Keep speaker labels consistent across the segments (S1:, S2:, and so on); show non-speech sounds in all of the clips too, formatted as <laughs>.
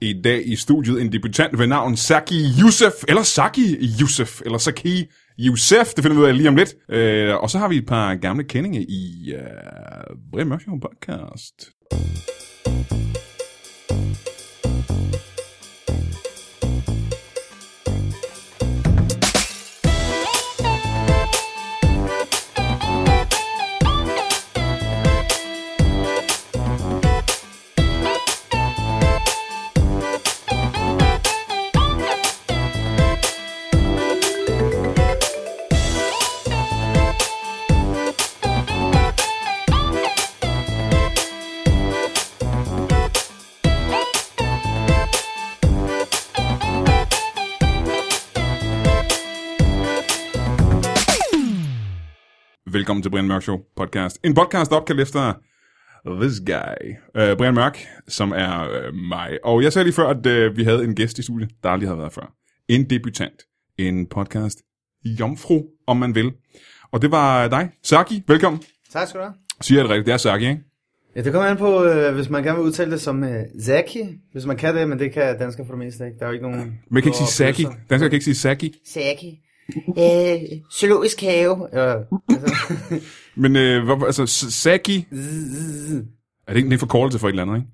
S1: I dag i studiet en debutant ved navn Saki Youssef, eller Saki Youssef, eller Saki Youssef, det finder vi ud af lige om lidt. Øh, og så har vi et par gamle kendinge i øh, Brian Mørk Show podcast. Velkommen til Brian Mørk Show podcast. En podcast, der er opkaldt efter this guy, øh, Brian Mørk, som er øh, mig. Og jeg sagde lige før, at øh, vi havde en gæst i studiet, der aldrig havde været før. En debutant. En podcast. Jomfru, om man vil. Og det var dig, Saki. Velkommen.
S2: Tak skal du have.
S1: Siger jeg det rigtigt? Det er Saki, ikke?
S2: Ja, det kommer an på, øh, hvis man gerne vil udtale det som øh, Zaki, hvis man kan det, men det kan danskere for det meste ikke. Der er jo ikke nogen...
S1: Man kan ikke sige Saki. Danskere kan ikke sige Saki.
S3: Saki. Øh, zoologisk have.
S2: Ja, altså, <laughs>
S1: Men øh, hvor, altså, S- Saki...
S2: zzz, zzz.
S1: Er det ikke en forkortelse for et eller andet, ikke?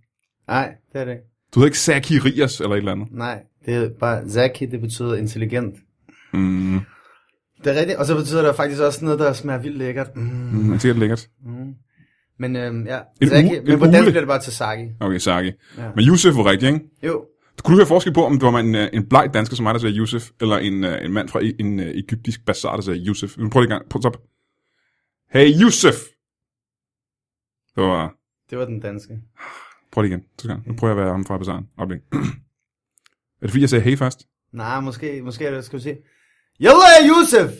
S2: Nej, det er det ikke.
S1: Du hedder ikke Saki Rias eller et eller andet.
S2: Nej, det er bare Zaki, det betyder intelligent.
S1: Mm,
S2: Det er rigtigt, og så betyder det faktisk også noget, der smager vildt lækkert. Mm.
S1: mm, det er lækkert.
S2: Men øhm, ja,
S1: En
S2: Zaki,
S1: uge- en
S2: men på dansk
S1: ule.
S2: bliver det bare til Saki.
S1: Okay, Saki.
S2: Ja.
S1: Men Yusuf var rigtig, ikke?
S2: Jo,
S1: Kunne du høre forskel på, om det var en, øh, en bleg dansker som mig, der sagde Yusuf, eller en, øh, en mand fra e- en øh, egyptisk bazar, der sagde Yusuf? Nu prøv lige en gang. Prøv, stop. Hey, Yusuf! Det var...
S2: det var den danske.
S1: Prøv lige igen. Så gang. Nu prøver jeg at være ham fra bazaren. Oplæg. <clears throat> er det fordi, jeg sagde hey først?
S2: Nej, måske, måske er det, skal vi se. Yalla, Yusuf!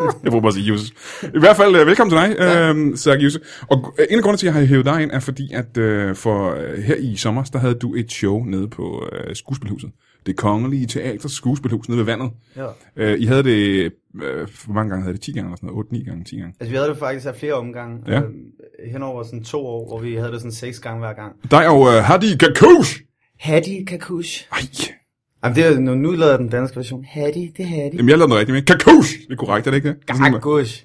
S1: Jeg bruger bare at sige Yusuf. I hvert fald, øh, velkommen til dig, øh, Sark Yusuf. Og øh, en af grunden til, at jeg har hævet dig ind, er fordi, at øh, for øh, her i sommer, der havde du et show nede på øh, skuespilhuset. Det kongelige teaters skuespilhus nede ved vandet.
S2: Ja.
S1: Øh, I havde det, øh, hvor mange gange havde det? 10 gange eller sådan noget? 8, 9 gange, 10 gange.
S2: Altså, vi havde det faktisk af flere omgange.
S1: Ja.
S2: øhm, henover sådan to år, hvor vi havde det sådan seks gange hver gang.
S1: Dig og øh, Hadi Kakush!
S3: Hattie Kakush.
S1: Ej,
S2: Jamen, det er jo nu, nu lader den danske version.
S3: Hattie, det er Hattie.
S1: jamen jeg lavede noget rigtigt med. Kakush! Det er korrekt, er det ikke det? det? er sådan, man-
S2: Gagush.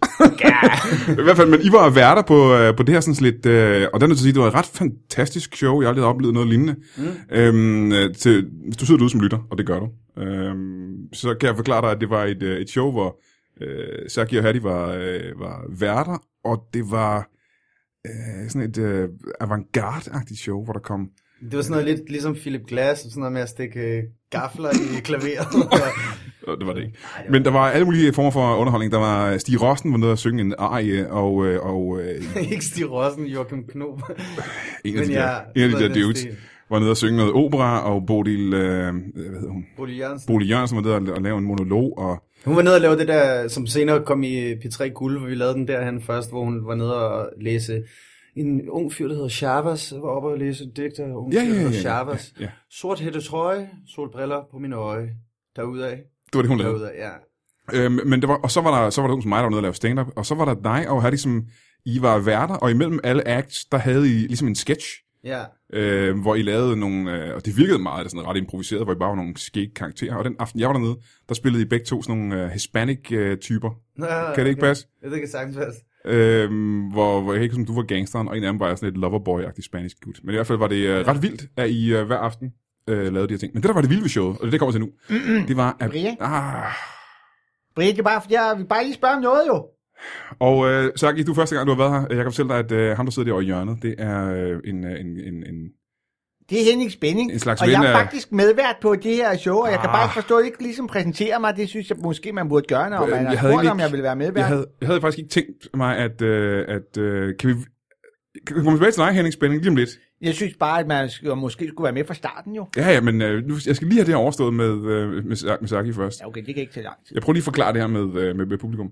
S1: I hvert fald, men I var værter på, øh, på det her sådan lidt, øh, og der er nødt til at sige, det var et ret fantastisk show. Jeg har aldrig oplevet noget lignende. Mm. Øhm, øh, til, hvis du sidder derude som lytter, og det gør du, øhm, så kan jeg forklare dig, at det var et, øh, et show, hvor øh, Saki og Hattie var, øh, var værter, og det var øh, sådan et øh, avantgarde-agtigt show, hvor der kom...
S2: Det var sådan noget lidt ligesom Philip Glass, sådan noget med at stikke øh, gafler i klaveret. <laughs>
S1: Øh, det var det ikke. Men der var alle mulige former for underholdning. Der var øh, Stig Rosten var nede og synge en arie, og, øh, og øh,
S2: Ikke Stig Rossen, Joachim Knob.
S1: en af
S2: Men
S1: de
S2: jeg-
S1: der, en af de
S2: noget
S1: der
S2: af den
S1: dudes
S2: stil.
S1: var nede og synge noget opera, og Bodil, øh, hvad hedder hun?
S2: Ole Jørgensen.
S1: Bodil Jørgensen var nede og- og lave en monolog, og
S2: Hun var nede og lave det der, som senere kom i P3 Guld, hvor vi lavede den derhen først, hvor hun var nede og læse en ung fyr, der hedder Chavas, var oppe og læse et digt af en ung
S1: Ja,
S2: fyr, der
S1: ja, ja,
S2: hedder
S1: ja,
S2: Chavas.
S1: ja, ja.
S2: Sort hætte trøje, solbriller på mine øje. Derudaf.
S1: det var det, hun lavede.
S2: Derudaf, ja.
S1: Øhm, men det var, og så var der, så var der hun som mig, der var nede og lave stand-up, og så var der dig og Hattie, som I var værter, og imellem alle acts, der havde I ligesom en sketch,
S2: Ja,
S1: øh, hvor I lavede nogle, øh, og det virkede meget sådan ret improviseret, hvor I bare var nogle skægge karakterer, og den aften, jeg var dernede, der spillede I begge to sådan nogle øh, hispanic-typer.
S2: Nå,
S1: kan det ikke
S2: okay.
S1: passe?
S2: Ja, det kan sagtens passe.
S1: Øhm, hvor, hvor jeg kan ikke som du var gangsteren, og en af dem var jeg sådan lidt loverboy-agtig spansk gut. Men i hvert fald var det øh, ret vildt, at I øh, hver aften øh, lavede de her ting. Men det, der var det vilde ved showet, og det, der kommer til nu, det var... At,
S3: Brian?
S1: ah,
S3: Brian, det er bare, fordi jeg vil bare lige spørge om noget, jo.
S1: og øh, Saki, du er første gang, du har været her. Jeg kan fortælle dig, at øh, ham, der sidder derovre i hjørnet, det er øh, en, øh, en, en, en...
S3: Det er Henning Spænding,
S1: En slags
S3: og
S1: ven
S3: jeg er
S1: af-
S3: faktisk medvært på det her show, og jeg kan
S1: Ah.
S3: bare ikke forstå, at I ikke ligesom præsenterer mig. Det synes jeg måske, man burde gøre, når
S1: Øh,
S3: man
S1: jeg
S3: har
S1: havde
S3: spurgt,
S1: ikke-
S3: om jeg ville være medvært.
S1: Jeg havde, jeg havde faktisk ikke tænkt mig, at... Øh, at øh, kan vi... Kan vi komme tilbage til dig, Henning Spænding, lige om lidt?
S3: Jeg synes bare, at man sk- måske skulle være med fra starten, jo.
S1: Ja, ja, men øh, nu, jeg skal lige have det her overstået med, øh, med, Sa- med Saki først.
S3: Ja, okay, det kan ikke tage langt.
S1: Jeg prøver lige at forklare det her med, øh, med, med publikum.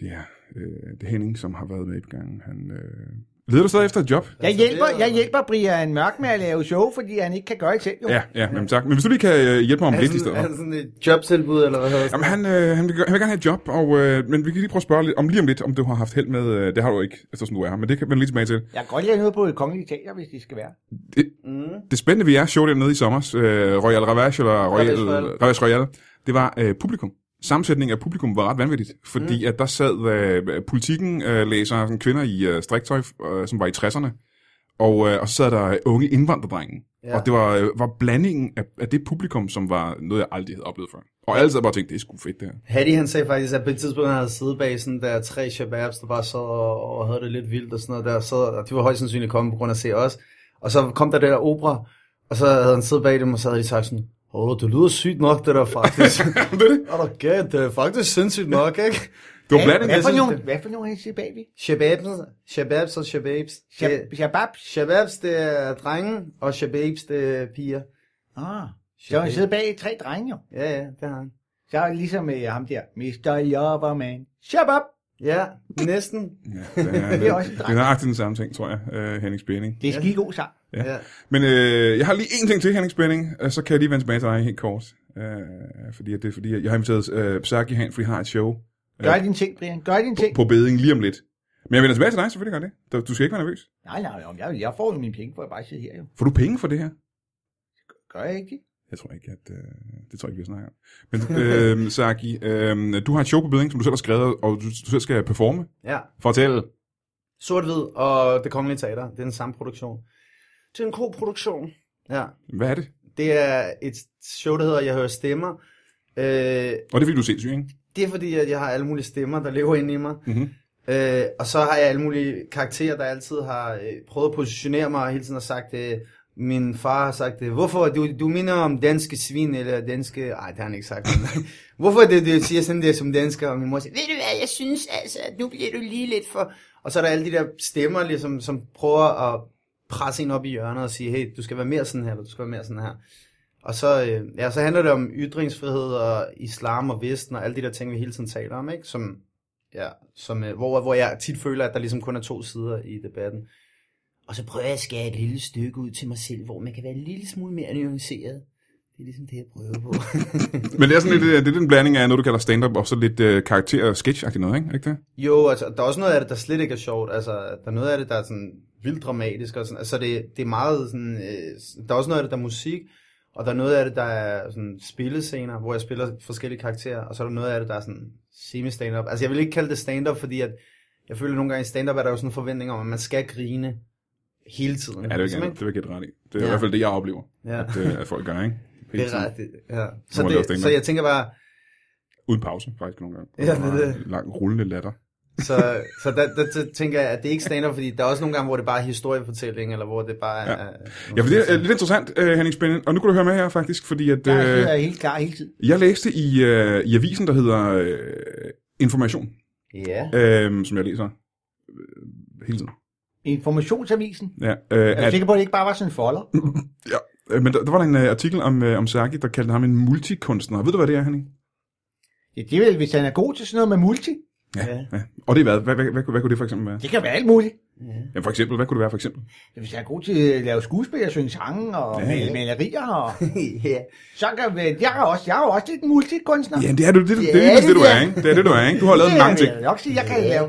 S1: Det er, øh, det er Henning, som har været med i gangen. Han øh, Leder du stadig efter et job?
S3: Jeg
S2: Altså, det
S3: hjælper,
S2: er jo-
S3: jeg hjælper Brian Mørk med at lave show, fordi han ikke kan gøre det selv, jo.
S1: Ja, ja, jamen, tak. Men hvis du lige kan øh, hjælpe mig om
S2: Er
S1: lidt i
S2: det
S1: stedet.
S2: sådan,
S1: for.
S2: er det sådan et jobtilbud, eller hvad hedder det?
S1: Jamen, han, øh, han, vil, gø- han vil gerne have et job, og, øh, men vi kan lige prøve at spørge lidt, om lige om lidt, om du har haft held med, øh, det har du ikke, eftersom du er her, men det kan vende lige tilbage til.
S3: Jeg kan godt lide noget på et kongeligt teater, hvis det skal være.
S1: Det,
S2: Mm.
S1: det spændende ved jeres show dernede i sommer, øh, Royal Ravage eller Royal,
S2: Ravage Royal.
S1: Ravage Royal, det var øh, publikum. Sammensætningen af publikum var ret vanvittigt, fordi mm. at der sad øh, politikken øh, læser sådan kvinder i øh, striktøj, øh, som var i 60'erne, og, øh, og så sad der unge indvandrerdrenge. Ja.
S2: Ja.
S1: Og det var, øh, var blandingen af, af det publikum, som var noget, jeg aldrig havde oplevet før. Og alle sad bare og tænkte, det er sgu fedt det her.
S2: Hattie, han sagde faktisk, at på et tidspunkt, han havde siddet bag sådan der tre shababs, der bare sad og, og havde det lidt vildt og sådan noget der, og, sad, og de var højst sandsynligt kommet på grund af at se os. Og så kom der det der opera, og så havde han siddet bag dem, og så havde de sagt sådan, Åh, oh, du lyder sygt nok, det der
S1: <laughs>
S2: faktisk.
S1: det er det.
S2: Er du galt? Det er faktisk sindssygt nok, ikke?
S1: Det var
S3: Hvad,
S1: blanding.
S3: hvad, for
S2: synes,
S3: nogle,
S2: det-
S3: hvad for nogle er det bagved?
S2: Shababs, shababs og shababs. Det-
S3: Shabab?
S2: Shababs, det er drenge, og shababs, det er piger.
S3: Ah, så han sidder bag tre drenge, jo.
S2: Ja, ja, det har han.
S3: Så er det ligesom øh, ham der, Mr. Jobberman. Shabab!
S2: Ja, næsten.
S1: Ja, det er, det
S3: er
S1: er,
S3: også en
S1: det
S3: dreng.
S1: er nøjagtigt den samme ting, tror jeg, øh, Henning Spænding.
S3: Det er skide god sang.
S1: Ja.
S2: Ja.
S1: Men øh, jeg har lige en ting til, Henning Spænding, og så kan jeg lige vende tilbage til dig helt kort. Øh, fordi at det er fordi, at jeg har inviteret øh, Psaki hen, fordi jeg har et show
S3: Gør din ting, Brian. Gør din ting.
S1: på beding lige om lidt. Men jeg vender tilbage til dig, selvfølgelig gør jeg det. Du- Du skal ikke være nervøs.
S3: Nej, nej, nej, jeg, jeg får jo mine penge, for at bare sidde her, jo.
S1: Får du penge for det her?
S3: Gør jeg ikke det?
S1: Jeg tror ikke, at... Øh, det tror jeg ikke, vi snakker om. Men <laughs> øh, Saki, øh, du har et show på beding, som du selv har skrevet, og du, du selv skal performe.
S2: ja.
S1: Fortæl.
S2: Sort-Hvid og Det Kongelige Teater. Det er den samme produktion. Det er en god produktion. Ja.
S1: Hvad er det?
S2: Det er et show, der hedder Jeg hører stemmer. Øh,
S1: Og det er fordi, du er sindssyg, ikke?
S2: det er fordi, at jeg har alle mulige stemmer, der lever inde i mig.
S1: Mm-hmm.
S2: Øh, og så har jeg alle mulige karakterer, der altid har øh, prøvet at positionere mig og hele tiden har sagt, øh, min far har sagt, øh, hvorfor du, du minder om danske svin eller danske... Ej, det har han ikke sagt. <laughs> Men, hvorfor det, du siger sådan der som dansker? Og min mor siger, ved du hvad, jeg synes altså, at nu bliver du lige lidt for... Og så er der alle de der stemmer, ligesom, som prøver at presse en op i hjørnet og sige, hey, du skal være mere sådan her, eller du skal være mere sådan her. Og så, øh, ja, så handler det om ytringsfrihed og islam og vesten og alle de der ting, vi hele tiden taler om, ikke? Som, Ja, som, øh, hvor, hvor jeg tit føler, at der ligesom kun er to sider i debatten. Og så prøver jeg at skære et lille stykke ud til mig selv, hvor man kan være en lille smule mere nuanceret. Det er ligesom det, jeg prøver på.
S1: Men det er sådan lidt, øh, det er den blanding af noget, du kalder stand-up, og så lidt øh, karakter- og sketch-agtigt noget, ikke? ikke det?
S2: jo, altså, der er også noget af det, der slet ikke er sjovt. Altså, der er noget af det, der er sådan vildt dramatisk. Og sådan. Altså, det, det er meget sådan... Øh, der er også noget af det, der er musik. Og der er noget af det, der er sådan spillescener, hvor jeg spiller forskellige karakterer. Og så er der noget af det, der er sådan semi-stand-up. Altså, jeg vil ikke kalde det stand-up, fordi at jeg føler nogle gange i stand-up, er der jo sådan en forventning om, at man skal grine hele
S1: Ja,
S2: tiden.
S1: det vil
S2: Ligesom,
S1: jeg,
S2: ikke?
S1: gerne- det vil jeg gætte ret i. Det er ja.
S2: Ja.
S1: i hvert fald det, jeg oplever,
S2: Ja,
S1: at, øh, at folk gør, ikke? Hele
S2: det er
S1: tiden.
S2: ret. det- Ja. Så,
S1: man lave
S2: det,
S1: stand-up.
S2: så jeg tænker bare,
S1: Uden pause, faktisk nogle gange.
S2: Ja, det er det.
S1: Lang rullende latter.
S2: så, så der, der, der, tænker jeg, at det ikke stand fordi der er også nogle gange, hvor det bare er historiefortælling, eller hvor det bare er...
S1: Ja, for det er øh, lidt interessant, øh, Henning Spænding. Og nu kan du høre med her, faktisk, fordi at...
S3: Jeg
S1: Øh,
S3: sidder helt klar hele tiden.
S1: jeg læste i, øh, i avisen, der hedder øh, Information,
S2: Ja.
S1: øh, som jeg læser øh, hele tiden.
S3: Informationsavisen.
S1: Ja, øh,
S3: Er du
S1: at,
S3: sikker på, at det ikke bare var sådan en folder?
S1: øh, men der, der var der en øh, artikel om, øh, om Saki, der kaldte ham en multikunstner. Ved du, hvad det er, Henning?
S3: Ja, det er vel, hvis han er god til sådan noget med multi.
S2: ja.
S1: Ja. Og det er hvad? Hvad, hvad, hvad, kunne- hvad kunne det for eksempel være?
S3: Det kan være alt muligt.
S1: Ja, for eksempel, hvad kunne det være for eksempel?
S3: Ja, Hvis han er god til at lave skuespil og synge sange og
S1: Ja,
S3: ja,
S1: ja.
S3: male malerier. Og, <laughs>
S2: ja.
S3: så kan vi, jeg, er også, jeg er jo også lidt en multikunstner.
S1: Ja, det er du, det, det, det,
S2: Ja,
S1: det, det, det,
S2: det
S1: du
S2: er.
S1: er, ikke? Det er det, du er, ikke? Du har lavet mange ting.
S3: Jeg vil nok sige, jeg kan lave.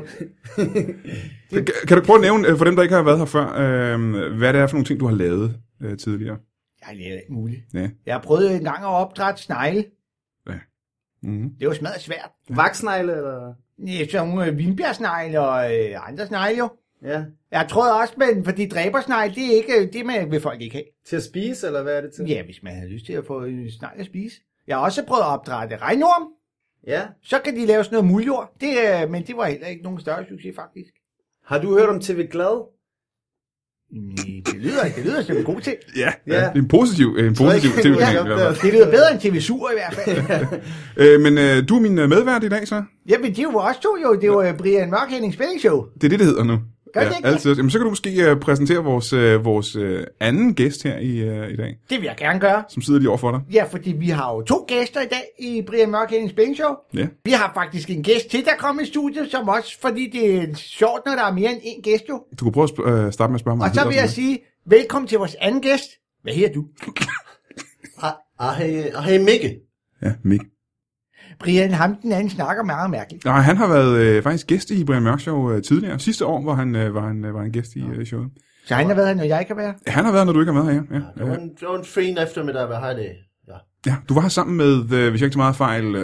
S1: Kan, kan du prøve at nævne, øh, for dem, der ikke har været her før, øh, hvad det er for nogle ting, du har lavet øh, tidligere?
S3: Jeg har lavet alt muligt.
S1: Ja.
S3: Jeg prøvede en gang at opdrætte snegle.
S1: Mm-hmm.
S3: Det var smadret svært.
S2: Vaksnegle, eller...
S3: Ja, Sådan nogle øh, vinbjergsnegle og øh, andre snegle jo.
S2: Ja.
S3: Jeg tror også, men fordi dræbersnegl, det er ikke, det man, vil folk ikke have.
S2: Til at spise, eller hvad er det til?
S3: Ja, hvis man havde lyst til at få en snegl at spise. Jeg har også prøvet at opdrætte regnorm.
S2: ja.
S3: Så kan de lave sådan noget muljord. Det, øh, men det var heller ikke nogen større succes, faktisk.
S2: Har du hørt om TV Glad?
S3: Mm, Det lyder, det lyder som en god ting.
S1: Ja, ja,
S2: Ja.
S1: det er en positiv, øh, en positiv
S2: ikke,
S1: tv
S2: jeg
S1: kanal i
S2: opdagede
S1: hvert fald.
S3: Det lyder bedre end TV-sur i hvert fald.
S1: Øh, men øh, du er min øh, medvært i dag, så?
S3: Jamen, de var også to jo. Det var øh, Brian Mørk Henning Spænding Show.
S1: Det er det, det hedder nu.
S3: Gør det
S1: Ja,
S3: ikke? det?
S1: altid. Jamen, så kan du måske uh, præsentere vores, uh, vores uh, anden gæst her i, uh, i dag,
S3: Det vil jeg gerne gøre.
S1: som sidder lige over for dig.
S3: Ja, fordi vi har jo to gæster i dag i Brian Mørk Hendes Bing Show.
S1: Ja.
S3: Vi har faktisk en gæst til, der kommer i studiet, som også, fordi det er sjovt, når der er mere end én gæst jo.
S1: Du kan prøve at sp- uh, starte med at spørge mig.
S3: Og så vil jeg sige, velkommen til vores anden gæst. Hvad hedder du?
S4: Og Ah, hey, og hey Mikke.
S1: Ja, Mik.
S3: Brian, ham den anden snakker meget mærkeligt.
S1: Nej, han har været uh, faktisk gæst i Brian Mørk Show uh, tidligere. Sidste år var han, uh, var han, uh, var han gæst i uh, showet.
S3: Så han har været her, når jeg kan være.
S1: Ja, Han har været, når du ikke har været her. Ja,
S4: Det var en, det var en fin eftermiddag, hvad har det? Ja.
S1: ja. Du var her sammen med, uh, hvis jeg ikke tager meget fejl, uh,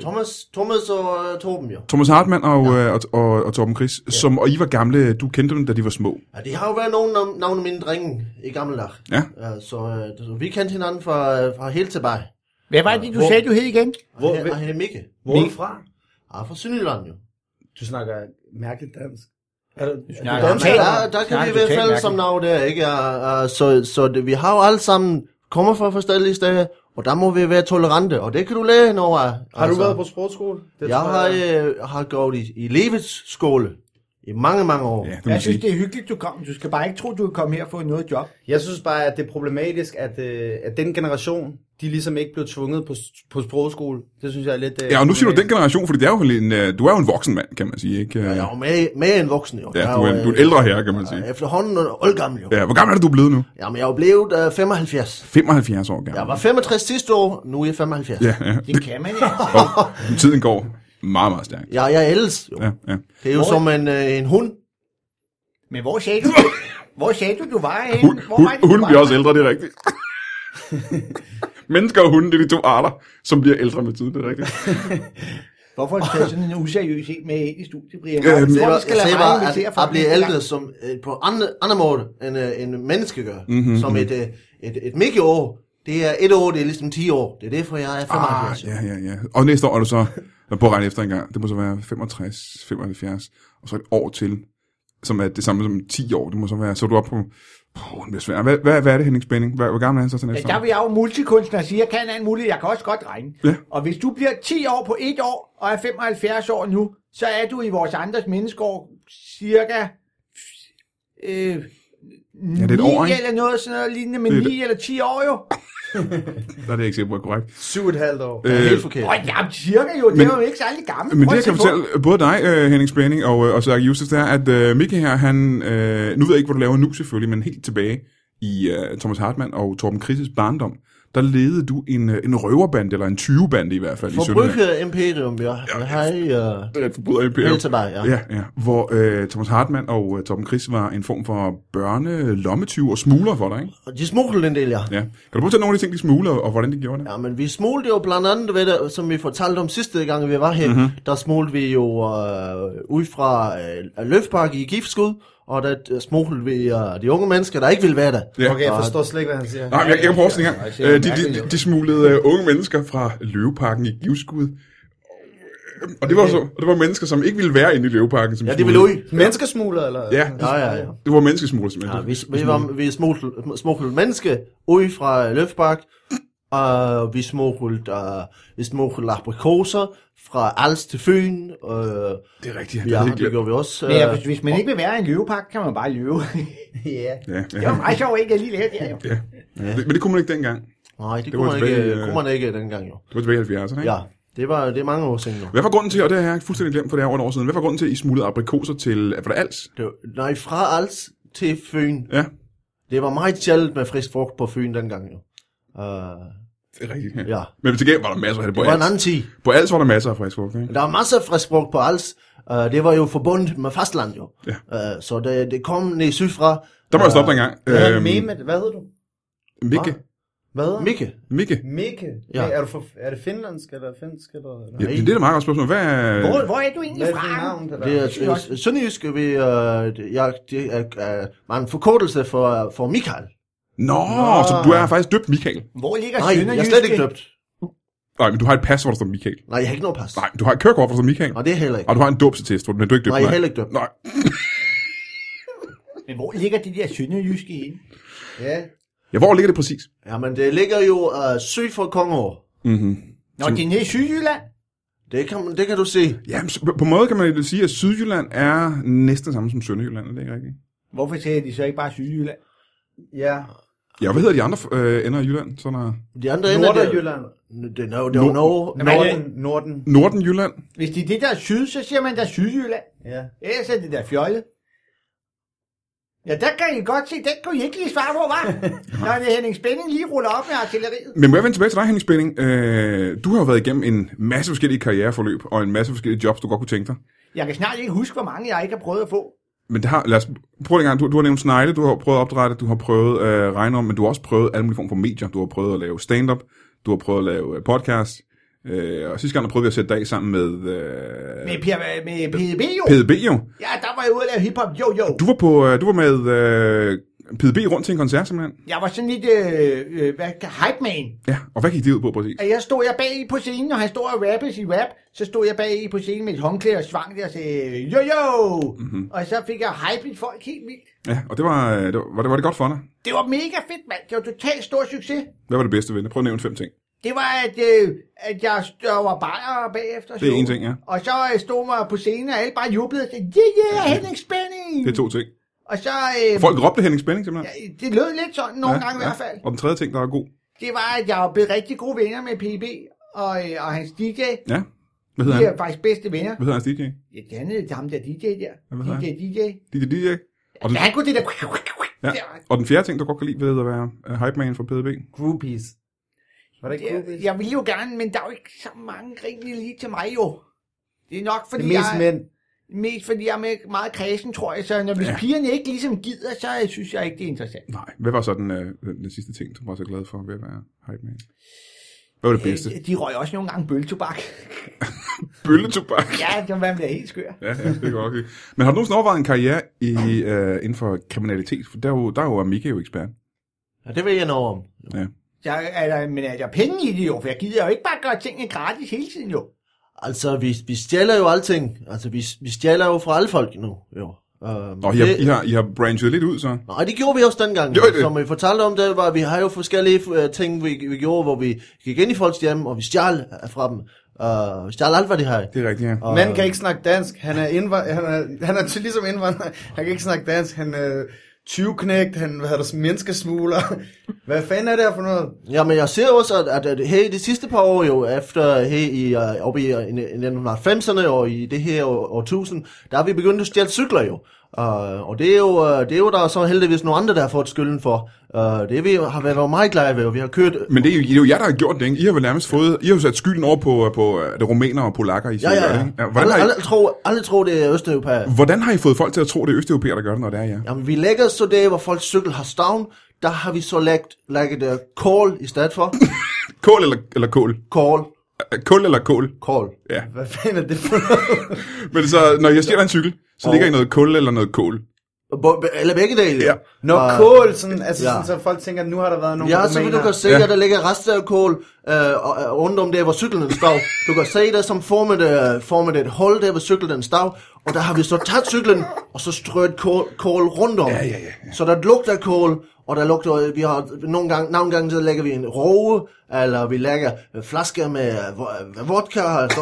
S4: Thomas, Thomas og øh, Torben jo.
S1: Thomas Hartmann og, ja. og, og, og Torben Chris, ja. som, og I var gamle, du kendte dem, da de var små.
S4: Ja, de har jo været nogle af, nogle af mine drenge i gamle dag.
S1: Ja.
S4: ja så, øh, så, vi kendte hinanden fra, øh, fra helt tilbage.
S3: Hvad var det, du
S2: Hvor-
S3: sagde, du hed igen?
S4: Hvor,
S2: Hvor-
S4: og hey, og hey Mikke.
S2: Hvor er du fra?
S4: Ja, fra Sønderjylland jo.
S2: Du snakker mærkeligt dansk. Er du,
S3: snakker
S2: er
S4: Ja,
S2: du
S4: der,
S2: dansk?
S3: totalt-
S4: der, der kan
S3: nej,
S4: vi i hvert
S3: totalt
S4: fald som
S3: mærkeligt.
S4: navn der, ikke? Ja, ja, så så det, vi har jo alle sammen kommer fra forskellige steder, og der må vi være tolerante, og det kan du lære noget af.
S2: Har
S1: Altså.
S2: du været på sprogskole? Det
S4: Jeg
S2: tror
S4: har, øh, har gået i, i livets skole i mange, mange år.
S1: Ja, det må
S3: Jeg
S1: man
S3: synes,
S1: sige.
S3: det er hyggeligt, du kom. Du skal bare ikke tro, du kan komme her og få noget job.
S2: Jeg synes bare, at det er problematisk, at, øh, at den generation, de ligesom ikke blev tvunget på, på sprogskole. Det synes jeg er lidt... Øh,
S1: Ja, og nu siger du den
S2: problematisk.
S1: generation, fordi det er jo en, øh, du er jo en voksen mand, kan man sige, ikke?
S4: Ja, jeg er jo med, med en voksen, jo.
S1: Ja,
S4: Jeg
S1: du er,
S4: jo,
S1: en- du er
S4: øh,
S1: en ældre herre, kan man sige.
S4: øh, Efterhånden er oldgammel, jo. Ja.
S1: Ja, hvor gammel er det, du er blevet nu?
S4: Jamen, jeg er jo blevet øh, 75.
S1: 75 år gammel.
S4: Jeg var 65 sidste år, nu er jeg 75.
S1: Ja, ja.
S3: Det kan man ikke. Altså.
S1: Og <laughs> tiden går meget, meget stærkt.
S4: Jeg, jeg er ældes, jo.
S1: Ja,
S4: Ja.
S1: ja.
S4: Det er jo
S3: Hvor-
S4: som en, øh, en hund.
S3: Men hvor sagde du, hvor sagde du, du var
S1: Hun,
S3: henne? Hvor
S1: hun,
S3: var det, du
S1: hunden
S3: var?
S1: bliver også ældre, det er rigtigt. Mennesker og hunde, det er de to arter, som bliver ældre med tiden, det er rigtigt.
S3: Hvorfor har du taget sådan en useriøs en med ind i studiet, Brian?
S1: Ja,
S3: Jeg
S1: men-
S3: tror,
S4: Jeg
S3: vi skal lade
S4: ser
S3: mig
S4: bare, at
S3: invitere
S4: jeg
S3: folk
S4: bliver
S3: næste gang.
S4: ældre som, øh, på anden, anden måde, end øh, en menneske gør. Mm-hmm. Som et, øh, et, et mikroår, det er et år, det er ligesom 10 år. Det er derfor, jeg er
S1: Ah,
S4: 75. Ah,
S1: ja, ja, ja. Og næste år er du så, jeg prøver at regne efter en gang, det må så være 65, 75, og så et år til, som er det samme som 10 år, det må så være, så er du op på, oh, det er svært. Hvad, hvad, hvad er det, Henning Spænding? Hvor, hvor gammel er han så til
S3: Ja,
S1: næste
S3: Altså, der
S1: år?
S3: vil jeg jo multikunstner sige, jeg kan alt muligt, jeg kan også godt regne.
S1: Ja.
S3: Og hvis du bliver 10 år på et år, og er 75 år nu, så er du i vores andres menneskeår cirka... Øh, ja,
S1: er et år, ikke?
S3: eller noget sådan noget lignende, men
S1: Det er Ah,
S3: 9 eller 10 år jo.
S1: Der er det ikke sikkert, hvor korrekt.
S2: Syv og et halvt år.
S4: ja.
S1: Øh,
S4: Helt forkert.
S3: Og jamen, cirka jo, det
S1: Men-
S3: er jo ikke særlig gammel.
S1: Men
S3: Prøv
S1: det,
S3: at
S1: jeg kan
S3: se på.
S1: fortælle både dig, øh, Henning Spænding, og, øh, og Sørge Justus, det er, at øh, Mikke her, han, øh, nu ved jeg ikke, hvad du laver nu selvfølgelig, men helt tilbage i øh, Thomas Hartmann og Torben Krises barndom, der ledede du en, øh, en røverbande, eller en 20-bande i hvert fald i Sønderjylland.
S4: Forbruger Imperium, ja. Jeg har øh,
S1: Det er et forbryder imperium.
S4: helt tilbage, ja.
S1: Ja, ja. Hvor øh, Thomas Hartmann og øh, Torben Chris var en form for børne, lommetyve og smugler for dig, ikke?
S4: Og de smuglede en del, ja.
S1: Ja. Kan du prøve at tage nogle af de ting, de smugler, og hvordan de gjorde det?
S4: Ja, men vi smulte jo blandt andet, ved det, som vi fortalte om sidste gang, vi var her, mm-hmm. der smulte vi jo øh, ud fra øh, Løfbakke i giftskud, og der øh, smulte vi øh, de unge mennesker, der ikke ville være der.
S1: Ja.
S2: Okay, jeg forstår slet ikke, hvad han siger.
S1: Nej, men jeg, jeg kan prøve sådan en gang.
S2: det ser
S1: Øh, De,
S2: mærkeligt
S1: de,
S2: ud.
S1: de smuglede øh, unge mennesker fra Løveparken i Givskud. Og, øh, Og det var så, og det var mennesker, som ikke ville være inde i Løveparken. Som
S4: Ja, de ville ud.
S1: smuglede.
S2: Menneskesmugler, eller?
S1: Ja,
S4: Ja, ja, ja.
S1: det var menneskesmugler simpelthen.
S4: ja vi, vi, var, vi smuglede, smuglede mennesker ud fra Løfbakke, og vi smuglede, øh, vi smuglede aprikoser fra Als til Fyn, og
S1: Det er rigtigt.
S4: ja,
S1: Ja, det er
S4: det
S1: helt
S4: gjorde vi også.
S3: Men ja,
S4: Øh,
S3: hvis, hvis man ikke vil være i en løvepakke, kan man
S2: <laughs>
S3: bare løbe.
S2: Yeah.
S1: ja,
S3: det var
S1: ja.
S3: meget sjovt, ikke? Jeg lige lærte det her, jo.
S1: ja. ja. Det- Men det kunne man ikke dengang.
S4: nej, det,
S1: var
S4: kunne, man ikke,
S1: tilbage, øh,
S4: kunne man ikke dengang jo.
S1: Det var tilbage i 70'erne, ikke?
S4: Ja, det, var, det er mange år siden nu.
S1: Hvad var grunden til, og det har jeg fuldstændig glemt, for det er over et år siden, hvad var grunden til, at I smuglede aprikoser til, var det Als?
S4: Det var, nej, fra Als til Fyn.
S1: Ja,
S4: Det var meget sjældent med frisk frugt på Fyn dengang jo. Uh,
S1: det er rigtigt.
S4: ja,
S1: Men til gengæld var der masser af det. På,
S4: det var en
S1: alt.
S4: anden tid.
S1: på alt var der masser af frisk frugt, ikke?
S4: Der var masser af frisk frugt på Als. Uh, det var jo forbundet med fastland jo.
S1: Ja.
S4: Uh, så det, det kom ned sydfra.
S1: Der må jeg stoppe dig en gang. Øhm,
S2: Hvad hedder Mehmet? Hvad hedder du?
S1: Mikke.
S2: Hvad hedder
S4: Mikke,
S1: Mikke.
S2: Mikke?
S4: Ja.
S2: Ja. Er, du fra, er det finlandsk, eller finsk, eller?
S1: Ja, det, det er et meget godt spørgsmål. Hvad er...
S3: Hvor, hvor er du egentlig
S2: Hvad er
S3: fra?
S2: dit navn, det der?
S4: det er øh, sønderjysk ved, uh, det, jeg, det er, øh, var en forkortelse for, for Michael.
S1: Nå, så du er faktisk døbt Michael.
S3: Hvor ligger
S4: Nej, jeg er
S3: Sønderjyske?
S4: slet ikke døbt.
S1: Nej, men du har et pas, hvor der står Michael.
S4: Nej, jeg har ikke noget pas.
S1: Nej, du har et kørekort, hvor der står Michael.
S4: Og det er heller ikke.
S1: Og du har en dåbsetest, hvor- men du er ikke døbt.
S4: Nej, jeg er heller ikke døbt.
S1: Nej,
S3: Men hvor ligger de der sønderjyske henne?
S2: Ja.
S1: ja, hvor ligger det præcis?
S4: Jamen, det ligger jo uh, øh, syd for Kongeå.
S1: Mm-hmm.
S3: Nå, det er nede i Sydjylland.
S4: Det kan, man- det kan du se.
S1: Ja, men s- på- på en måde kan man jo sige, at Sydjylland er næsten samme som Sønderjylland, er det ikke rigtigt?
S3: Hvorfor sagde de så ikke bare Sydjylland?
S2: Ja,
S1: Ja, hvad hedder de andre øh, ender af Jylland? Sådan er
S4: De andre ender,
S2: Norderjylland.
S4: Det, det, no, det var no,
S3: men-
S4: no,
S2: Norden, Norden.
S1: Nordenjylland?
S3: Hvis det er det, der er syd, så siger man, der er Sydjylland.
S2: Ja.
S3: Ellers er det der fjollet. Ja, der kan I godt se, den kunne I ikke lige svare på, var. Når det Henning Spænding lige ruller op med artilleriet.
S1: Men må jeg vende tilbage til dig, Henning Spænding? Øh, du har jo været igennem en masse forskellige karriereforløb, og en masse forskellige jobs, du godt kunne tænke dig.
S3: Jeg kan snart ikke huske, hvor mange jeg ikke har prøvet at få.
S1: Men det har, lad os prøve en gang. Du, du har nævnt snegle, du har prøvet at opdrætte, du har prøvet øh, regnorm, men du har også prøvet alle mulige former for medier. Du har prøvet at lave stand-up, du har prøvet at lave øh, podcast, øh, og sidste gang der prøvede vi at sætte dig af sammen med øh,
S3: Med, P- med PDB jo.
S1: PDB jo.
S3: Ja, der var jeg ude og lave hiphop. Jo, jo.
S1: Du var, på, øh, du var med øh, PDB rundt til en koncert simpelthen.
S3: Jeg var sådan lidt, øh, øh, hvad, hype man.
S1: Ja, og hvad gik det ud på præcis?
S3: At jeg stod jeg bag i på scenen, når han stod og rappede sin rap, så stod jeg bag i på scenen med et håndklæde og svang det og sagde, jo jo!
S1: Mhm.
S3: Mm-hmm. Og så fik jeg hypet folk helt vildt.
S1: Ja, og det var, øh, det var, var, det, var det godt for dig.
S3: Det var mega fedt, mand. Det var totalt stor succes.
S1: Hvad var det bedste ved det? Prøv at nævne fem ting.
S3: Det var, at, øh, at jeg stod og var bajer bagefter.
S1: Det er
S3: showet.
S1: en ting, ja.
S3: Og så øh, stod mig på scenen, og alle bare jublede og sagde, yeah, yeah, Henrik Spænding!
S1: Det er to ting.
S3: Og så, øh,
S1: Folk råbte Henning Spænding simpelthen.
S3: ja, det lød lidt sådan nogle ja, gange i hvert fald.
S1: Og den tredje ting, der er god.
S3: Det var, at jeg blev rigtig gode venner med PB og, øh, og hans DJ.
S1: Ja. Hvad hedder
S3: De
S1: han?
S3: er faktisk bedste venner.
S1: Hvad hedder hans DJ?
S3: Ja, det andet, det er ham der DJ der.
S1: Hvad
S3: DJ, DJ.
S1: DJ DJ? Og den,
S3: Men Altså, han kunne det der...
S1: ja.
S3: der.
S1: og den fjerde ting, du godt kan lide ved at være øh, hype man for PDB.
S2: Groupies. Var det ikke
S3: Jeg,
S2: groupies?
S3: jeg vil jo gerne, men der er jo ikke så mange rigtig lige til mig jo. Det er nok fordi,
S2: Det er mest
S3: jeg,
S2: mænd.
S3: mest fordi jeg er med- meget kredsen, tror jeg. Så når hvis ja. pigerne ikke ligesom gider, så øh, synes jeg ikke, det er interessant.
S1: Nej. Hvad var så den, øh, den sidste ting, du var så glad for ved at være hype man? Hvad var det bedste?
S3: Øh, De røg også nogle gange bøltobak.
S1: Bølletobak.
S3: <laughs> ja, det var bliver helt skør.
S1: <laughs> Ja, ja, det er godt. Okay. Men har du nogensinde overvejet en karriere i, øh, inden for kriminalitet? For der er jo, der er jo Mika jo ekspert.
S4: ja, det ved jeg noget om.
S3: Så er der, men er der penge i det jo? For jeg gider jo ikke bare gøre tingene gratis hele tiden jo.
S4: Altså, vi, vi stjæler jo alting. Altså, vi, vi stjæler jo fra alle folk nu, jo. Øhm,
S1: Nå, I har, I, har, I har branchet lidt ud, så.
S4: Nej, det gjorde vi også dengang.
S1: Jo,
S4: Jo,
S1: det-
S4: det. Som vi fortalte om, det var, at vi har jo forskellige øh, ting, vi, vi gjorde, hvor vi gik ind i folks hjem, og vi stjal øh, fra dem. Uh, vi stjal alt, hvad de havde.
S1: Det er rigtigt, ja.
S4: Og,
S2: Manden kan ikke snakke dansk. Han er, indvand- han er, han er ty- ligesom indvandrer. Han kan ikke snakke dansk. Han er tyvknægt. Han hvad er der, menneskesmugler. Hvad fanden er det her for noget?
S4: Ja, men jeg ser også, at, at, at her i de sidste par år jo, efter her i, uh, oppe i, øh, i 1990'erne og i det her år, årtusind, der er vi begyndt at stjæle cykler jo. Uh, og det er, jo, uh, det er jo der så heldigvis nogle andre, der har fået skylden for. Uh, det er vi jo- har vi været meget glade ved, og vi har kørt...
S1: Men det er, jo, det er jo jer, der har gjort det, ikke? I har vel nærmest fået... I har jo sat skylden over på, på øh, det rumænere og polakker, I
S4: Ja,
S1: siger,
S4: ja, ja.
S1: ikke? hvordan,
S4: Alle,
S1: har I,
S4: alle, tror, alle tror, det er Østeuropa.
S1: hvordan har I fået folk til at tro, det er østeuropæere, der gør det, når det er jer?
S4: Jamen, vi lægger så det, hvor folks cykel har stavn, der har vi så lagt, lagt uh, kål i stedet for.
S1: Kål eller, eller kål?
S4: Kål.
S1: Øh, Kål eller kål?
S4: Kål.
S1: Ja.
S2: Hvad fanden er det for noget?
S1: Men så, når jeg stjæler en cykel, så
S4: Og-
S1: ligger I noget kul eller noget kål.
S4: Bo- Eller begge dele.
S1: Ja.
S2: Nå,
S4: Og-
S2: kål. Sådan, altså,
S4: Ah. ja.
S2: sådan, så folk tænker, at nu har der været nogle
S4: Ja, så vil du
S2: romaner.
S4: kan se,
S1: Ja.
S4: at der ligger rester af kål øh, og- og rundt om der, hvor cyklen står. Du kan se det som formet, øh, formet et hul der, hvor cyklen står. Og der har vi så taget cyklen, og så strøget kål, kål rundt om. Ja,
S1: ja, ja,
S4: Så der lugter kål, og der lugter, øh, vi har nogle gange, nogle gange så lægger vi en roe, eller vi lægger øh, flasker med øh, vo- øh, vodka, og så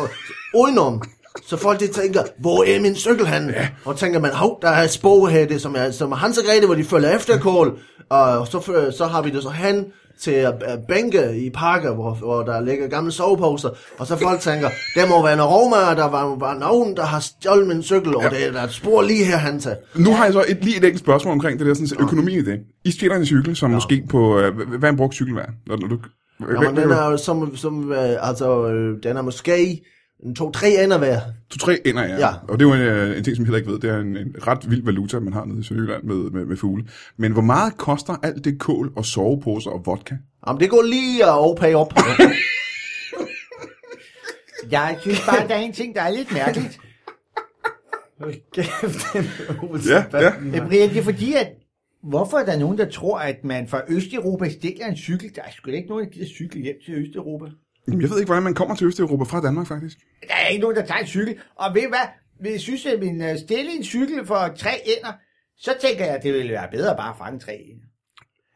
S4: udenom. Så folk de tænker, hvor er min cykel han? Ja. Og tænker man, hov, der er et spor her, det som er, som er Hans og Grete, hvor de følger efter kål. Og så, fø- så har vi det så han til at at bænke i parker, hvor, hvor der ligger gamle soveposer. Og så folk tænker, der må være en aroma, der var, var nogen, der har stjålet min cykel, og ja. det, der er et spor lige her, han tager.
S1: Nu har jeg så et, lige et enkelt spørgsmål omkring det der sådan, økonomien i det. I stjæler en cykel, som ja. måske på... Øh, h- h- hvad er en brugt cykel værd? Når, når du,
S4: Jamen, den er jo som, som øh, altså, øh, den er måske en to-tre ender værd.
S1: To-tre ender, ja.
S4: Ja.
S1: Og det er jo en, øh, en ting, som jeg heller ikke ved. Det er en, en ret vild valuta, man har nede i Sønderjylland med, med, med fugle. Men hvor meget koster alt det kål og soveposer og vodka?
S4: Jamen, det går lige at overpage op.
S3: Jeg synes bare, der er en ting, der er lidt mærkeligt.
S2: Hold kæft, den Olsen
S1: Ja, ja.
S2: Banden,
S3: Ja.
S2: mand.
S3: Brian, det er fordi, at hvorfor er der nogen, der tror, at man fra Østeuropa stjæler en cykel? Der er sgu da ikke nogen, der gider cykle hjem til Østeuropa.
S1: Jamen, Jeg ved ikke, hvordan man kommer til Østeuropa fra Danmark, faktisk. Øh,
S3: Der er ikke nogen, der tager en cykel. Og ved I hvad? Hvis jeg synes, at min øh, stille en cykel for tre ender, så tænker jeg, at det ville være bedre bare at fange tre ender.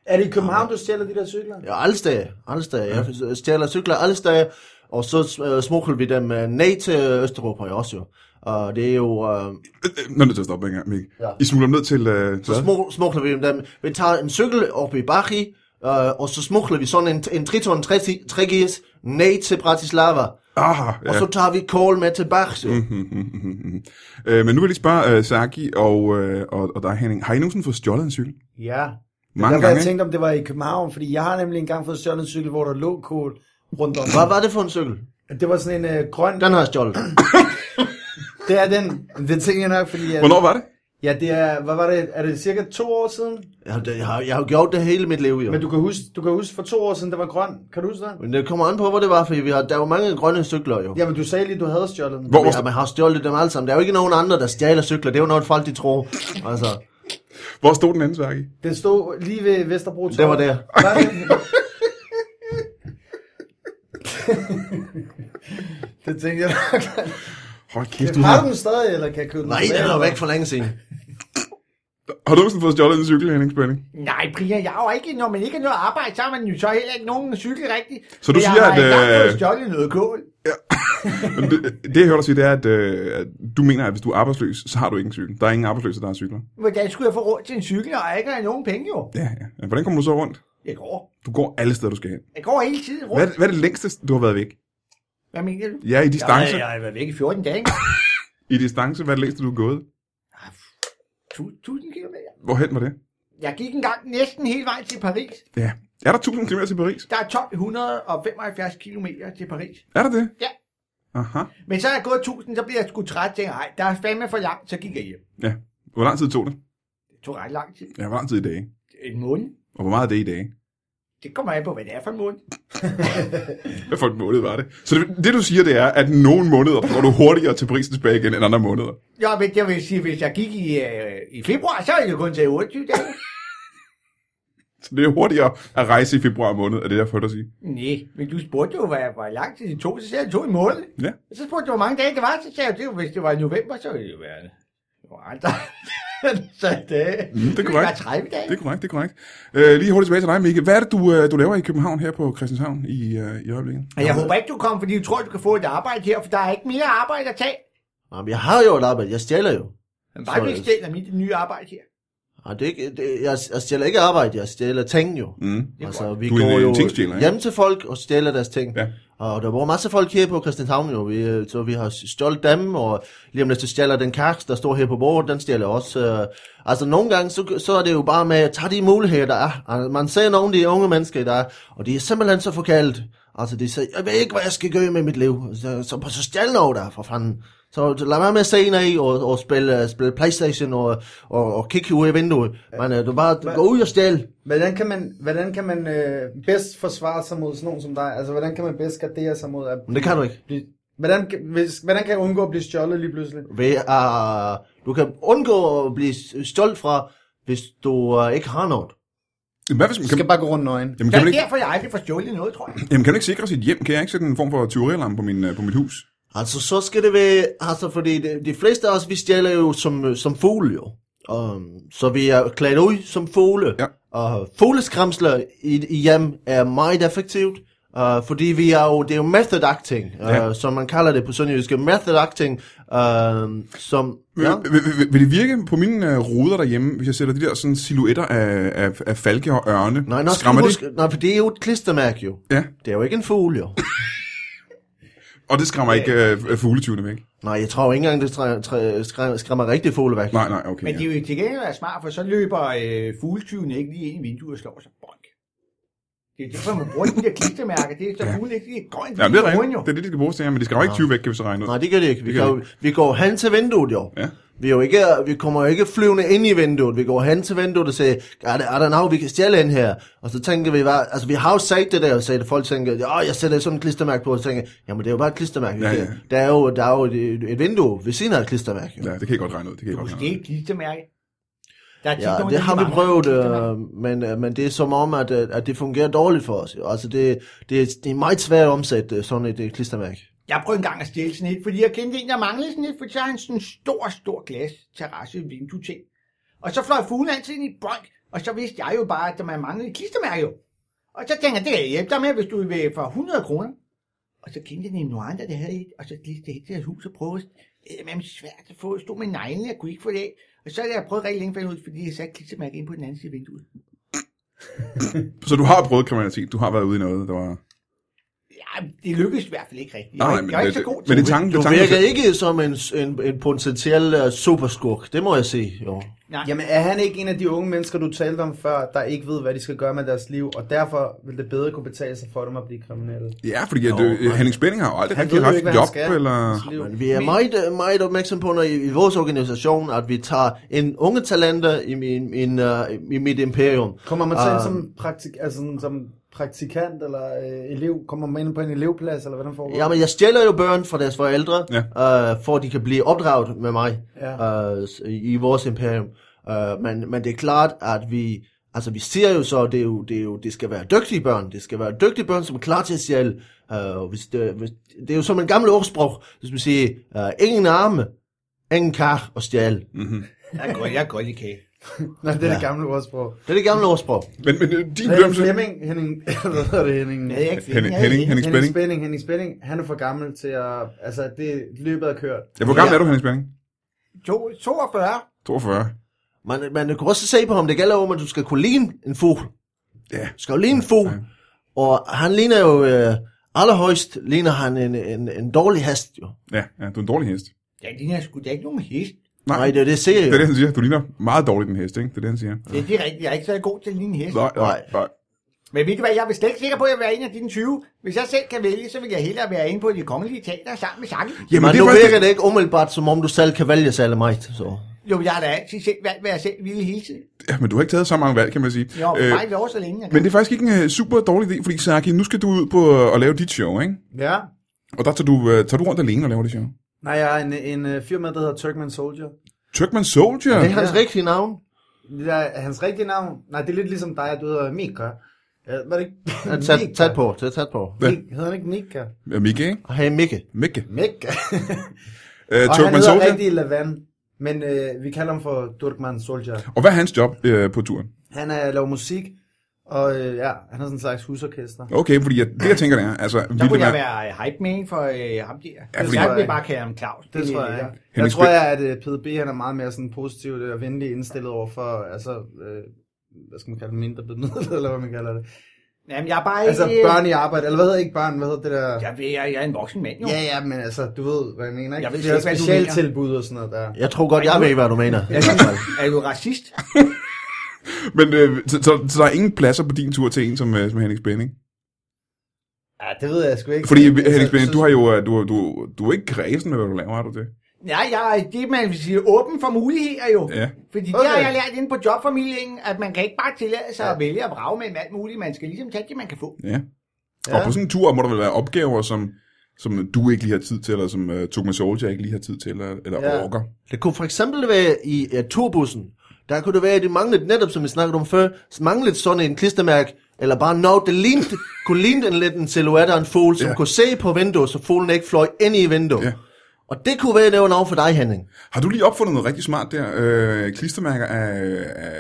S2: Er det i København, du stjæler de der cykler?
S4: Ja, alle steder. Alle steder. Jeg stjæler cykler alle steder. Og så øh, smuglede vi dem øh, ned til Østeuropa også jo. Og det er jo... Øh,
S1: Øh, Nå, er nødt til at stoppe en gang, Mikkel.
S4: Ja.
S1: Ja. I smutter dem ned til... Øh,
S4: så smug, smugler vi dem. Vi tager en cykel op i Bari, øh, og så smugler vi sådan en, en Triton 3GS ned til Bratislava.
S1: Aha,
S4: Og så tager vi kål med til Bach, jo.
S2: Mhm.
S4: Mm.
S1: Øh, men nu vil jeg lige spørge øh, Saki og, øh, og, og dig, Henning. Har I nogensinde fået stjålet en cykel?
S2: Ja.
S1: Mange
S2: Mange derfor, gange.
S1: gange,
S2: jeg
S1: ikke?
S2: tænkte, om det var i København, fordi jeg har nemlig engang fået stjålet en cykel, hvor der lå kål rundt om.
S4: Hvad var det for en cykel?
S2: Det var sådan en øh, grøn...
S4: Den har jeg stjålet.
S2: Det er den. Det tænker jeg nok, fordi... Jeg,
S1: Hvornår var det?
S2: Ja, det er... Hvad var det? Er det cirka to år siden?
S4: Jeg, har- jeg, har, jeg har gjort det hele mit liv, jo.
S2: Men du kan huske, du kan huske for to år siden, der var grøn. Kan du huske det?
S4: Men det kommer an på, hvor det var, for vi har, der er jo mange grønne cykler, jo.
S2: Jamen, du sagde lige, du havde stjålet den.
S1: Hvor,
S4: Ja,
S1: hvor,
S4: man har stjålet dem alle sammen. Der er jo ikke nogen andre, der stjæler cykler. Det er jo noget, folk de tror. Altså,
S1: hvor stod den anden, Saki?
S2: Den stod lige ved Vesterbro Torv.
S4: Det var der.
S2: Var
S4: <laughs>
S2: det? det tænkte jeg nok.
S1: Hold kæft, du
S2: Har du
S1: har...
S2: den stadig, eller kan jeg købe den?
S4: nej, det
S2: tilbage?
S4: er jo væk for længe siden.
S1: Har du nogensinde fået stjålet en cykel, Henning Spænding?
S3: Nej, Priya, jeg har jo ikke, når man ikke har noget arbejde, så har man jo så heller ikke nogen cykel rigtigt.
S1: Så du
S3: Men jeg
S1: siger,
S3: har
S1: at, øh,
S3: engang fået stjålet noget kål.
S1: Men det, det, jeg hører dig sige, det er, at, øh, at du mener, at hvis du er arbejdsløs, så har du ikke en cykel. Der er ingen arbejdsløse, der har cykler.
S3: Hvordan skulle jeg få råd til en cykel, når jeg ikke har nogen penge jo?
S1: Ja, ja. Men Hvordan kommer du så rundt?
S3: Jeg går.
S1: Du går alle steder, du skal hen.
S3: Jeg går hele tiden rundt.
S1: Hvad, er det- hvad er det længste, du har været væk?
S3: Hvad mener du?
S1: Ja, i distance.
S3: Jeg, jeg har været væk i 14 dage.
S1: I distance, hvad er det længste, du har gået?
S3: Tu- 1000 kilometer.
S1: Hvorhen var det?
S3: Jeg gik engang næsten hele vejen til Paris.
S1: Ja. Er der 1000 km til Paris?
S3: Der er 1275 kilometer til Paris.
S1: Er der det?
S3: Ja.
S1: Aha.
S3: Men så er jeg gået 1000, så bliver jeg sgu træt. Tænker, ej, der er fandme for langt, så gik jeg hjem.
S1: Ja. Hvor lang tid tog det?
S3: Det tog ret lang tid.
S1: Ja, hvor lang tid i dage?
S3: En måned.
S1: Og hvor meget er det i dage?
S3: Det kommer an på, hvad det er for en måned.
S1: Hvad for en måned var det? Så det, det du siger, det er, at nogle måneder der går du hurtigere til Paris tilbage igen end andre måneder.
S3: Jo, men jeg vil sige, hvis jeg gik i, øh, i februar, så ville det kun tage 28 dage.
S1: Så det er hurtigere at rejse i februar måned, er det jeg får dig at sige.
S3: Nej, men du spurgte jo, hvad, hvor lang tid det tog, så sagde jeg, det tog en måned.
S1: Ja.
S3: Og så spurgte du, hvor mange dage det var, så sagde jeg, det, var- hvis det var i november, så ville det jo være det. var andre. <laughs> så det,
S1: Mm, det er
S3: var
S1: korrekt.
S3: 30 dage.
S1: Det er korrekt, det er korrekt. Øh, lige hurtigt tilbage til dig, Mikke. Hvad er det, du, øh, du laver i København her på Christianshavn i, øh, i øjeblikket?
S3: Men jeg håber ikke, du kommer, fordi du tror, du kan få et arbejde her, for der er ikke mere arbejde at tage.
S4: Jamen, jeg har jo et arbejde. Jeg stjæler jo.
S3: Men bare du
S4: Så-
S3: ikke stjæler mit nye arbejde her.
S4: Ej, det er ikke, det, jeg, jeg stjæler ikke arbejde. Jeg stjæler ting jo.
S1: Mm.
S4: Altså, vi
S1: Du er en,
S4: går
S1: øh,
S4: jo
S1: tingstjæler, ikke?
S4: hjem til folk og stjæler deres ting.
S1: Ja.
S4: Og der bor masser af folk her på Christianshavn jo. Vi, øh, så vi har stjålet dem, og lige om lidt så stjæler den kaks, der står her på bordet, den stjæler også. øh. Altså nogle gange, så, så er det jo bare med at tage de muligheder, der er. Altså, man ser nogle af de unge mennesker, der er, og de er simpelthen så forkaldt. Altså de siger, jeg ved ikke, hvad jeg skal gøre med mit liv. Så, så, så stjæl noget der, for fanden. Så lad være med at se ind i og, og spille, øh, spille Playstation og, og, og kigge ud i vinduet. Men øh, du bare gå ud og stjæl.
S2: Hvordan kan man, hvordan kan man øh, bedst forsvare sig mod sådan nogen som dig? Altså, hvordan kan man bedst gardere sig mod at
S4: Men det kan du ikke.
S2: blive... Hvordan, kan- hvis, hvordan kan jeg undgå at blive stjålet lige pludselig?
S4: Ved, uh, du kan undgå at blive stolt fra, hvis du uh, ikke har noget.
S1: Jamen, Hvad hvis man,
S2: Du
S1: kan,
S2: skal bare gå rundt nøgen.
S1: jamen,
S3: Det
S1: kan,
S3: er
S1: man ikke,
S3: derfor, jeg aldrig får stjålet noget, tror jeg.
S1: jamen, kan man ikke sikre sit hjem? Kan jeg ikke sætte en form for tyverialarm på, min, øh, på mit hus?
S4: Altså, så skal det være... Altså, fordi de, de fleste af os, vi stjæler jo som, som fugle, jo. Um, så vi er klædt ud som fugle.
S1: Ja.
S4: Og fugleskramsler i, i hjem er meget effektivt. Uh, fordi vi er jo, det er jo method acting, uh,
S1: Ja.
S4: som man kalder det på sønderjysk, method acting, uh, som...
S1: Vil,
S4: ja.
S1: vil, vil, vil det virke på mine øh, ruder derhjemme, hvis jeg sætter de der sådan silhuetter af, af, af falke og ørne?
S4: Nej, nå, skal
S1: Skræmmer
S4: du
S1: det?
S4: huske, nej, for det er jo et klistermærke jo.
S1: Ja,
S4: Det er jo ikke en fugl, jo.
S1: og det skræmmer ikke øh, fugletyvene væk.
S4: Nej, jeg tror ikke engang, det træ, træ, skræmmer, skræmmer rigtig fugle væk.
S1: Nej, nej, okay.
S3: Men
S1: ja.
S3: det er jo til gengæld være smart, for så løber øh, fugletyven ikke lige ind i vinduet og slår sig. Bonk. Det er derfor, man bruger de der klistermærker. Det er så fuglen ikke lige går ind
S1: Ja, det er
S3: i vinduet,
S1: rigtigt.
S3: jo.
S1: Det er det, de skal bruges til her, men de skræmmer ikke 20 væk, kan vi så regne ud.
S4: Nej, det gør det ikke. Vi,
S1: Det gør
S4: kan, jo- vi går hen til vinduet, jo.
S1: Ja.
S4: Vi, er jo ikke, vi kommer jo ikke flyvende ind i vinduet. Vi går hen til vinduet og siger, er der, er der noget, vi kan stjæle ind her? Og så tænker vi bare, altså vi har jo sagt det der, og sagt, at folk tænker, ja, jeg sætter sådan et klistermærke på, og så tænker, jeg, jamen det er jo bare et klistermærke. vi
S1: Ja,
S4: kan-
S1: ja.
S4: Der er jo, der er jo et, et vindue ved siden af et klistermærke. jo."
S1: Ja, det kan jeg godt regne ud. Det kan jeg godt
S3: Husk,
S1: regne
S3: det
S1: ud.
S3: er ikke klistermærke. Der er tit
S4: Ja,
S3: nogen,
S4: det
S3: der
S4: har vi
S3: mangler
S4: prøvet,
S3: klistermærker.
S4: øh, men, øh, men det er som om, at, øh, at det fungerer dårligt for os. jo. Altså, det, det, er- det er meget svært at omsætte øh, sådan et øh, klistermærke.
S3: Jeg prøvede engang at stjæle sådan et, fordi jeg kendte en, der manglede sådan et, for så havde han sådan en stor, stor glas terrasse vindue ting. Og så fløj fuglen altid ind i brønd, og så vidste jeg jo bare, at man manglede et klistermærke jo. Og så tænkte jeg, det kan jeg hjælpe dig med, hvis du vil for 100 kroner. og så kendte jeg nogle andre, der havde et, og så gik det hen til deres hus og prøvede, det er svært at få, jeg stod med neglene, jeg kunne ikke få det af. Og så havde jeg prøvet rigtig længe for ud, fordi jeg satte klitsemærke ind på den anden side af vinduet.
S1: Så du har prøvet kriminalitet, du har været ude i noget, der var...
S3: Ja, det lykkedes i hvert fald ikke rigtigt.
S1: Nej,
S3: Jeg var,
S1: men
S3: ikke- jeg var ikke
S1: det-
S3: så god
S1: men det
S3: det.
S1: er tanken, det
S4: Du
S1: er tanken.
S4: virker ikke som en, en, en potentiel uh, superskurk, det må jeg sige. Jo.
S3: Nej.
S2: Jamen er han ikke en af de unge mennesker, du talte om før, der ikke ved, hvad de skal gøre med deres liv, og derfor vil det bedre kunne betale sig for dem at blive kriminelle?
S1: Ja, fordi at, øh, Henning Spænding har jo aldrig
S2: Han
S1: rigtig
S2: ved jo
S1: haft
S2: ikke,
S1: et
S2: hvad han
S1: job,
S2: skal.
S1: eller...
S2: Hans liv.
S4: Men vi er meget, uh, meget opmærksom på når i, i vores organisation, at vi tager en unge talenter i, min, min, uh, i mit imperium.
S2: Kommer man så ind
S4: Ah.
S2: som, praktik, altså sådan, som praktikant eller øh, elev? Kommer man ind på en elevplads, eller hvordan foregår
S4: Jamen, jeg stjæler jo børn fra deres forældre,
S1: Ja.
S4: øh, for at de kan blive opdraget med mig
S2: Ja.
S4: øh, s- i vores imperium. Øh, men, men det er klart, at vi, altså vi ser jo så, det, er jo, det, er jo, det skal være dygtige børn. Det skal være dygtige børn, som er klar til at stjæle. Øh, og hvis det, hvis, det er jo som en gammel ordsprog, hvis man siger, øh, ingen arme, ingen kar og stjæle.
S1: Mhm.
S3: Jeg er godt, jeg er godt i kage.
S2: Nej, det er ja. det
S4: Ja.
S2: gamle
S1: <laughs>
S2: ordsprog.
S4: Det er det gamle ordsprog.
S1: Men, men øh, din
S2: Henning
S1: dømte...
S2: Flemming, Henning, <laughs> hvad hedder det, Henning?
S3: Jeg havde ikke
S1: Henning, Henning, Henning
S2: Henning
S1: Spænding.
S2: Spænding, Henning Spænding, han er for gammel til at, altså det løbet er kørt.
S1: Ja, hvor gammel er du, Henning Spænding?
S3: To- 42.
S1: 42.
S4: Man, man kan også se på ham, det gælder om, at du skal kunne ligne en fugl.
S1: Ja.
S4: Du skal jo ligne en fugl.
S1: Ja.
S4: Og han ligner jo, øh, allerhøjst ligner han en, en, en dårlig hest jo.
S1: Ja, ja, du er en dårlig hest.
S3: Ja, det er sgu da ikke nogen hest.
S1: Nej.
S4: Nej, Nej det er det, jeg siger
S1: Det er det,
S4: jo.
S1: han siger. Du ligner meget dårligt en hest, ikke? Det er det, han siger.
S3: Det, det er rigtigt. Jeg er ikke så god til at ligne en hest.
S1: Nej, nej, nej.
S3: Men ved du hvad, jeg er slet ikke sikker på, at jeg vil være en af dine 20. Hvis jeg selv kan vælge, så vil jeg hellere være inde på de kongelige teater sammen med Sange.
S4: Jamen, Men nu
S1: faktisk-
S4: virker det ikke umiddelbart, som om du selv kan vælge særlig meget. Så.
S3: Jo, jeg har da altid selv valgt, hvad jeg selv ville hele tiden.
S1: Ja, men du har ikke taget så mange valg, kan man sige.
S3: Jeg har øh, faktisk over så længe, jeg
S1: men
S3: kan.
S1: det er faktisk ikke en øh, super dårlig idé, fordi Saki, nu skal du ud på øh, at lave dit show, ikke?
S2: Ja.
S1: Og der tager du, øh, tager du rundt alene og laver dit show.
S2: Nej, jeg er en, en øh, fyr med, der hedder Turkman Soldier.
S1: Turkman Soldier?
S4: Det er hans rigtige navn.
S2: Det er hans rigtige navn. Nej, det er lidt ligesom dig, at du hedder Mika. Øh, var det ikke?
S4: Ja, Tæt, tæt på, tæt, tæt på.
S1: Hvad?
S2: Mi- Hedder han ikke Mika?
S1: Ja, Mikke, ikke?
S4: Hey, Mikke.
S1: Mikke.
S2: Mika.
S1: Øh,
S2: <laughs> Og han
S1: Turkman
S2: hedder
S1: Soldier.
S2: rigtig Lavan. Men øh, vi kalder ham for Turkman Soldier.
S1: Og hvad er hans job øh, på turen?
S2: Han er laver musik, og øh, ja, han har sådan en slags husorkester.
S1: Okay, fordi jeg, det, jeg tænker, det er, altså...
S3: Så
S1: Ville det
S3: kunne jeg
S1: være,
S3: være øh, hype man for øh, ham der.
S1: fordi-
S3: jeg
S2: tror jeg
S3: vil bare kalde ham Claus.
S2: Det tror jeg ikke. Jeg
S1: Henning
S2: tror,
S1: Spil-
S2: jeg, at øh, PDB han er meget mere sådan positivt øh, og venligt indstillet over for, altså, øh, hvad skal man kalde det, mindre bemidlet, <laughs> eller hvad man kalder det.
S3: Jamen, jeg er bare
S2: Altså
S3: ikke... øh,
S2: børn i arbejde, eller hvad hedder ikke børn, hvad hedder det der?
S3: Jeg, ved, jeg, jeg er en voksen mand, jo.
S2: Ja, ja, men altså, du ved, hvad jeg mener, ikke?
S3: Jeg ved
S2: det er
S3: slet ikke, hvad du
S2: specielt
S3: mener.
S2: tilbud og sådan noget der.
S4: Jeg tror godt, jeg ved, hvad du mener.
S3: Altså, Er du racist?
S1: men øh, så, så, så, der er ingen pladser på din tur til en som, øh, som Henning Spænding?
S2: Ja, det ved jeg sgu ikke.
S1: Fordi
S2: Altså,
S1: Henning Spænding,
S2: så-
S1: du har jo... øh, Du, du, du er ikke kredsen med, hvad du laver, har du det?
S3: Nej, jeg er det, man vil sige, åben for muligheder jo.
S1: Ja.
S3: Fordi okay.
S2: Okay.
S3: det har jeg lært inde på jobformidlingen, at man kan ikke bare tillade sig ja. at vælge at brage med alt muligt. Man skal ligesom tage det, man kan få.
S1: Ja. Og på sådan en tur må der vel være opgaver, som, som du ikke lige har tid til, eller som uh, Tugman Soldier ikke lige har tid til, eller, eller ja.
S2: Ja.
S1: orker.
S4: Det kunne for eksempel være i ja, turbussen. Der kunne det være, at det manglede, netop som vi snakkede om før, så manglede sådan en klistermærke, eller bare noget, der lignede, <laughs> kunne ligne en lidt en silhuet af en fugl, som
S1: Ja.
S4: kunne se på vinduet, så fuglen ikke fløj ind i vinduet.
S1: Ja.
S4: Og det kunne være, det var noget for dig, Henning.
S1: Har du lige opfundet noget rigtig smart der? Øh, klistermærker af, af,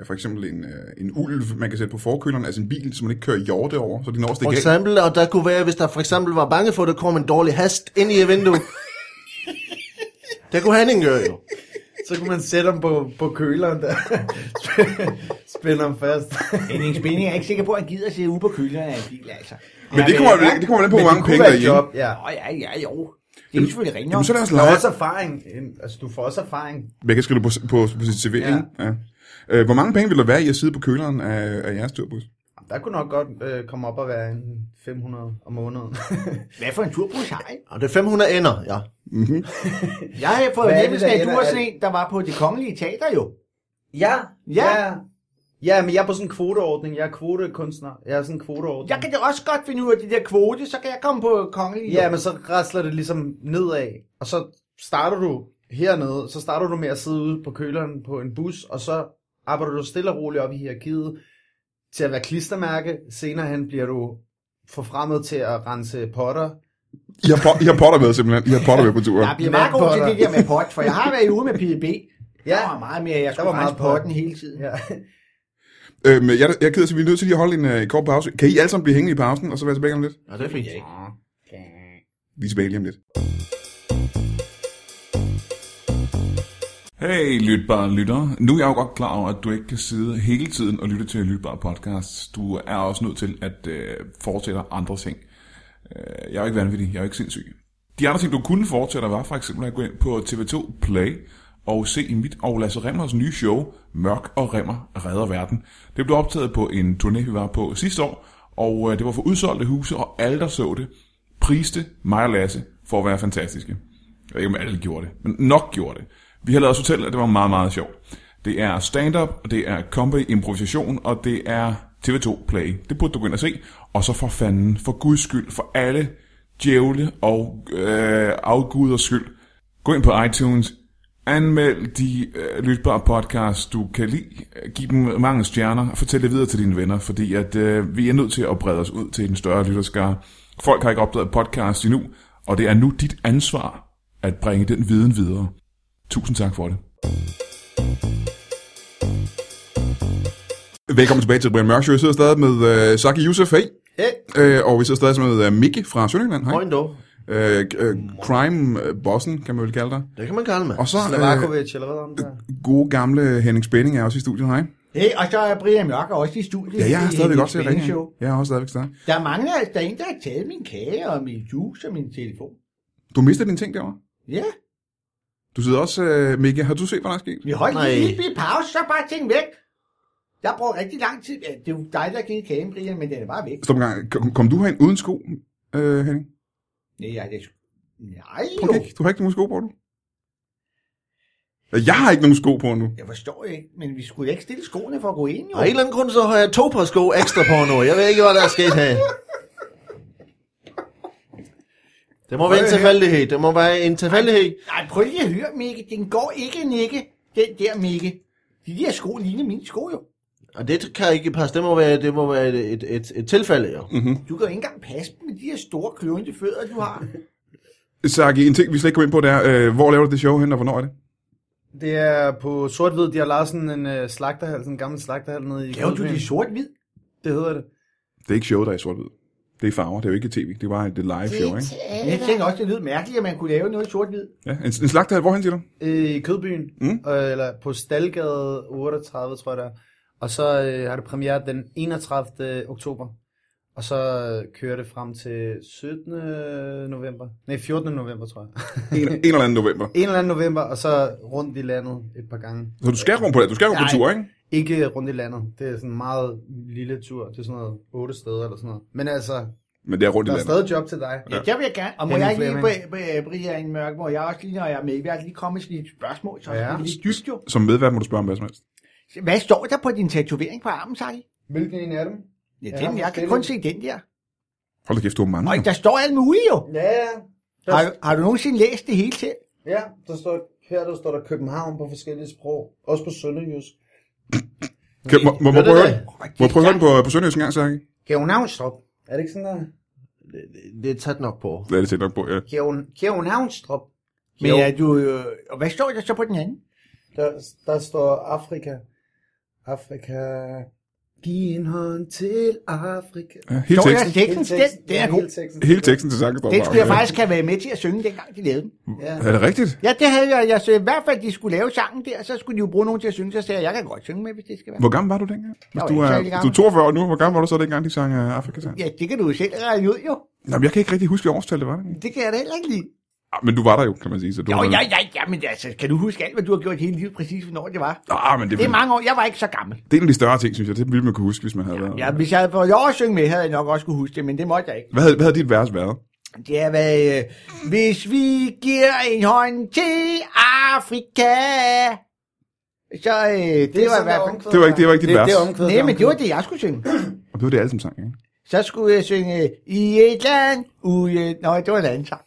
S1: af for eksempel en, øh, en ulv, man kan sætte på forkøleren, altså en bil, som man ikke kører hjorte over, så de når at
S4: For
S1: stikke af.
S4: eksempel, og der kunne være, hvis der for eksempel var bange for, at der kom en dårlig hast ind i
S1: <laughs>
S4: vinduet. det kunne Henning gøre jo.
S2: Så kunne man sætte ham på, på køleren der. <laughs> Spænder ham
S3: <laughs>
S2: fast.
S3: Henning Spænding er ikke sikker på, at han gider at sidde ude på kølerne af en bil, altså.
S1: Men det kommer, det, det kommer lidt på, hvor
S2: Men det
S1: mange
S2: kunne
S1: penge der
S2: være
S1: er
S2: et
S1: i.
S2: job,
S1: ikke?
S2: ja.
S3: Nå ja, ja, jo. Det er jo selvfølgelig rigtigt.
S1: Jamen, så lad os
S2: Der er
S1: lege.
S2: også erfaring. Altså, du får også erfaring.
S1: Man kan skrive det på, på, på sit CV, ja. ja. Øh, hvor mange penge vil der være i at sidde på køleren af, af jeres turbus?
S2: Der kunne nok godt øh, komme op og være en 500 om måneden. <laughs>
S3: Hvad for en turbus har I?
S4: Og det er 500 ender, ja.
S3: Jeg har fået
S2: Hvad er det,
S3: nemlig,
S2: der
S3: at du
S2: ender
S3: var
S2: alt?
S3: sådan en, der var på det kongelige teater jo.
S2: ja,
S3: Ja.
S2: ja. Ja, men jeg er på sådan en kvoteordning. Jeg er kvotekunstner. Jeg er sådan en kvoteordning.
S3: Jeg kan da også godt finde ud af de der kvote, så kan jeg komme på kongelige.
S2: Ja, men så rasler det ligesom nedad, og så starter du hernede, så starter du med at sidde ude på køleren på en bus, og så arbejder du stille og roligt op i hierarkiet til at være klistermærke. Senere hen bliver du forfremmet til at rense potter.
S1: I har, po- I har potter med, simpelthen. I har potter med på turen.
S3: Jeg bliver meget god til
S2: Natpotter.
S3: det der med pot, for jeg har været ude med PB.
S2: Ja.
S3: Der var meget mere, jeg skulle
S2: var meget
S3: rense
S2: pot.
S3: potten hele tiden.
S2: Ja.
S1: Øhm, jeg, jeg øh, er ked af at sige, vi er nødt til lige at holde en øh, kort pause. Kan I alle sammen blive hængende i pausen, og så være tilbage om lidt?
S4: Ja, det fik jeg ikke.
S3: Ja.
S1: Vi er tilbage lige om lidt. Hey, lytbare lytter. Nu er jeg jo godt klar over, at du ikke kan sidde hele tiden og lytte til lytbare podcasts. Du er også nødt til at øh, fortsætte andre ting. Øh, jeg er jo ikke vanvittig, jeg er jo ikke sindssyg. De andre ting, du kunne fortsætte, var for eksempel at gå ind på TV2 Play og se mit og Lasse Remmers nye show, Mørk og Remmer redder verden. Det blev optaget på en turné, vi var på sidste år, og øh, det var for udsolgte huse, og alle, der så det, priste mig og Lasse for at være fantastiske. Jeg ved ikke, om alle gjorde det, men nok gjorde det. Vi har lavet os fortælle, at det var meget, meget sjovt. Det er stand-up, og det er comedy improvisation, og det er TV2 Play. Det burde du gå ind og se. Og så for fanden, for guds skyld, for alle djævle og øh, afguders skyld. Gå ind på iTunes, anmeld de øh, lytbare podcasts, du kan lide. Giv dem mange stjerner, og fortæl det videre til dine venner, fordi at, øh, vi er nødt til at brede os ud til en større lytterskare. Folk har ikke opdaget podcast endnu, og det er nu dit ansvar at bringe den viden videre. Tusind tak for det. Velkommen tilbage til Brian Mørk Show. Jeg sidder stadig med øh, Saki Youssef, hey.
S2: Hey.
S1: Øh, og vi sidder stadig med øh, Mikke fra Sønderjylland, hej.
S4: Moin dog.
S1: Øh, øh, crime-bossen, kan man vel kalde dig.
S4: Det kan man kalde mig.
S1: Og så øh,
S2: Slavakovic, eller hvad var han der?
S1: gode gamle Henning Spænding er også i studiet, hej.
S3: Hey, og så er Brian Mørk også i studiet.
S1: Ja, jeg har
S3: i
S1: stadigvæk
S3: mit
S1: også til at ringe.
S3: spændingsshow.
S1: hende. Jeg har også stadigvæk stadig.
S3: Der er mange, altså, der, der er en, der har taget min kage og min juice og min telefon.
S1: Du mister dine ting derovre.
S3: Ja,
S1: Du sidder også, øh, Mikke, har du set, hvad der er sket?
S3: vi holdt
S4: Nej.
S3: lige en lille pause, så bare ting væk. Jeg brugte rigtig lang tid. Ja, Det er jo dig, der har givet kagen, Brian, men den er bare væk.
S1: Stop en gang. Kom, kom du herind uden sko, øh, Henning?
S3: Nej, jeg, jeg, nej
S1: Prøv
S3: jo.
S1: at kigge. Du har ikke nogen sko på, du? Jeg har ikke nogen sko på nu.
S3: Jeg forstår ikke, men vi skulle da ikke stille skoene for at gå ind, jo.
S4: Og af en eller anden grund, så har jeg to par sko ekstra på nu. Jeg ved ikke, hvad der er sket her. Det må være en tilfældighed. Det må være en tilfældighed.
S3: Nej, prøv lige at høre, Mikke. Den går ikke, Nikke. Den der, Mikke. De der sko ligner mine sko, jo.
S4: Og det kan ikke passe. Det må være, det må være et, et, et, et tilfælde, jo. Mm.
S3: Du kan jo ikke engang passe dem med de her store, kløvende fødder,
S2: <laughs>
S3: du har.
S1: Saki, en ting, vi slet ikke kom ind på, det er, øh, hvor laver du det show hen, og hvornår er det?
S2: Det er på sort-hvid, de har lavet sådan en øh, slagterhal, sådan en gammel slagterhal nede i
S3: Laver du
S2: Rødbyen.
S3: det i sort-hvid?
S2: Det hedder det.
S1: Det er ikke show, der er i sort-hvid. Det er farver, det er jo ikke tv, det er bare et live show, ikke?
S3: Men Jeg tænker også, det lyder mærkeligt, at man kunne lave noget i sort-hvid.
S1: Ja, en, en slagterhal, hvorhen <laughs> siger du?
S2: Øh, I Kødbyen, mm. øh, eller på Stalgade 38, tror jeg det er. Og så øh, har det premiere den 31. oktober. Og så øh, kører det frem til 17. november. Nej, 14. november, tror jeg. <laughs>
S1: En, en eller anden november.
S2: en eller anden november, og så rundt i landet et par gange.
S1: Så du skal rundt på det, du skal rundt på
S2: Nej.
S1: tur, ikke?
S2: Ikke rundt i landet. Det er sådan en meget lille tur. Det er sådan noget otte steder eller sådan noget. Men altså,
S1: Men det er rundt i
S2: der er
S1: landet.
S2: stadig job til dig.
S3: Ja, der vil jeg gerne. Og må
S2: Henning
S3: jeg ikke lige,
S2: Flemming.
S3: Bri- Bri- Brian Mørk, må jeg også lige, når jeg er med, vil jeg lige komme med sådan et spørgsmål, så
S2: Ja.
S3: ja. lidt dybt jo.
S1: Som medvært må du spørge om hvad som helst.
S3: Hvad står der på din tatovering på armen, Sari?
S2: Hvilken en af dem?
S3: Ja,
S2: Ja,
S3: den, jeg
S2: forskellige.
S3: kan kun se den der.
S1: Hold da kæft, du har mange.
S3: Og der står alt muligt jo.
S2: Ja, ja. Mm. Der,
S3: Har, har du nogensinde læst det hele til?
S2: ja, der står, her der står der København på forskellige sprog. Også på sønderjysk.
S1: Kan, må, må, må,
S4: Hør
S1: jeg
S4: det
S1: prøve
S4: der.
S1: den? Må jeg prøve den på, på Sønderjysk en gang, Saki?
S2: Københavnstrup. Er det ikke sådan der?
S4: Det, det er tæt nok på.
S1: Det er det tæt nok på, ja.
S2: Køben- Københavnstrup.
S3: Men
S2: Jo.
S3: er du... Øh, og hvad står der så på den anden?
S2: Der, der står Afrika. Afrika. Giv en hånd til Afrika.
S1: ja hele
S3: Står der
S1: teksten.
S3: teksten? Den, den er
S2: ja,
S3: god.
S2: hele teksten.
S1: Hele teksten til Saki står
S3: Den skulle jeg
S1: bare.
S3: faktisk have været med til at synge, dengang de lavede den.
S2: Ja.
S1: Er det rigtigt?
S3: Ja, det havde jeg. Jeg sagde, i hvert fald, de skulle lave sangen der, så skulle de jo bruge nogen til at synge. Så sagde jeg, jeg kan godt synge med, hvis det skal være.
S1: Hvor gammel var du dengang? Hvis
S3: Jeg var
S1: du,
S3: ikke
S1: er,
S3: særlig
S1: du er
S3: gammel.
S1: 42 år nu, hvor gammel var du så dengang, de sang uh, Afrika sang?
S3: Ja, det kan du jo selv regne ud, jo.
S1: Jamen, jeg kan ikke rigtig huske, hvad årstal det var. Det.
S3: Det kan jeg da heller ikke lide.
S1: Ah, men du var der jo, kan man sige. Så du
S3: Jo,
S1: har-
S3: ja, ja, ja, men altså, kan du huske alt, hvad du har gjort hele livet, præcis hvornår det var?
S1: Ah, men det,
S3: Det er mange år. Jeg var ikke så gammel.
S1: det er en af de større ting, synes jeg. Det ville man kunne huske, hvis man havde været.
S3: Ja, hvis jeg havde fået lov at synge med, havde jeg nok også kunne huske det, men det måtte jeg ikke.
S1: Hvad, havde, hvad havde dit vers været?
S3: Det har været, øh, hvis vi giver en hånd til Afrika, så øh, det, det var i hvert fald...
S1: Det var ikke- det var ikke dit vers.
S2: Det er omkvædet.
S3: Nej, men det var det, jeg skulle synge.
S1: Og det var det alle som sang, ikke?
S3: Så skulle jeg synge i et land, ude... Nå, det var en anden sang.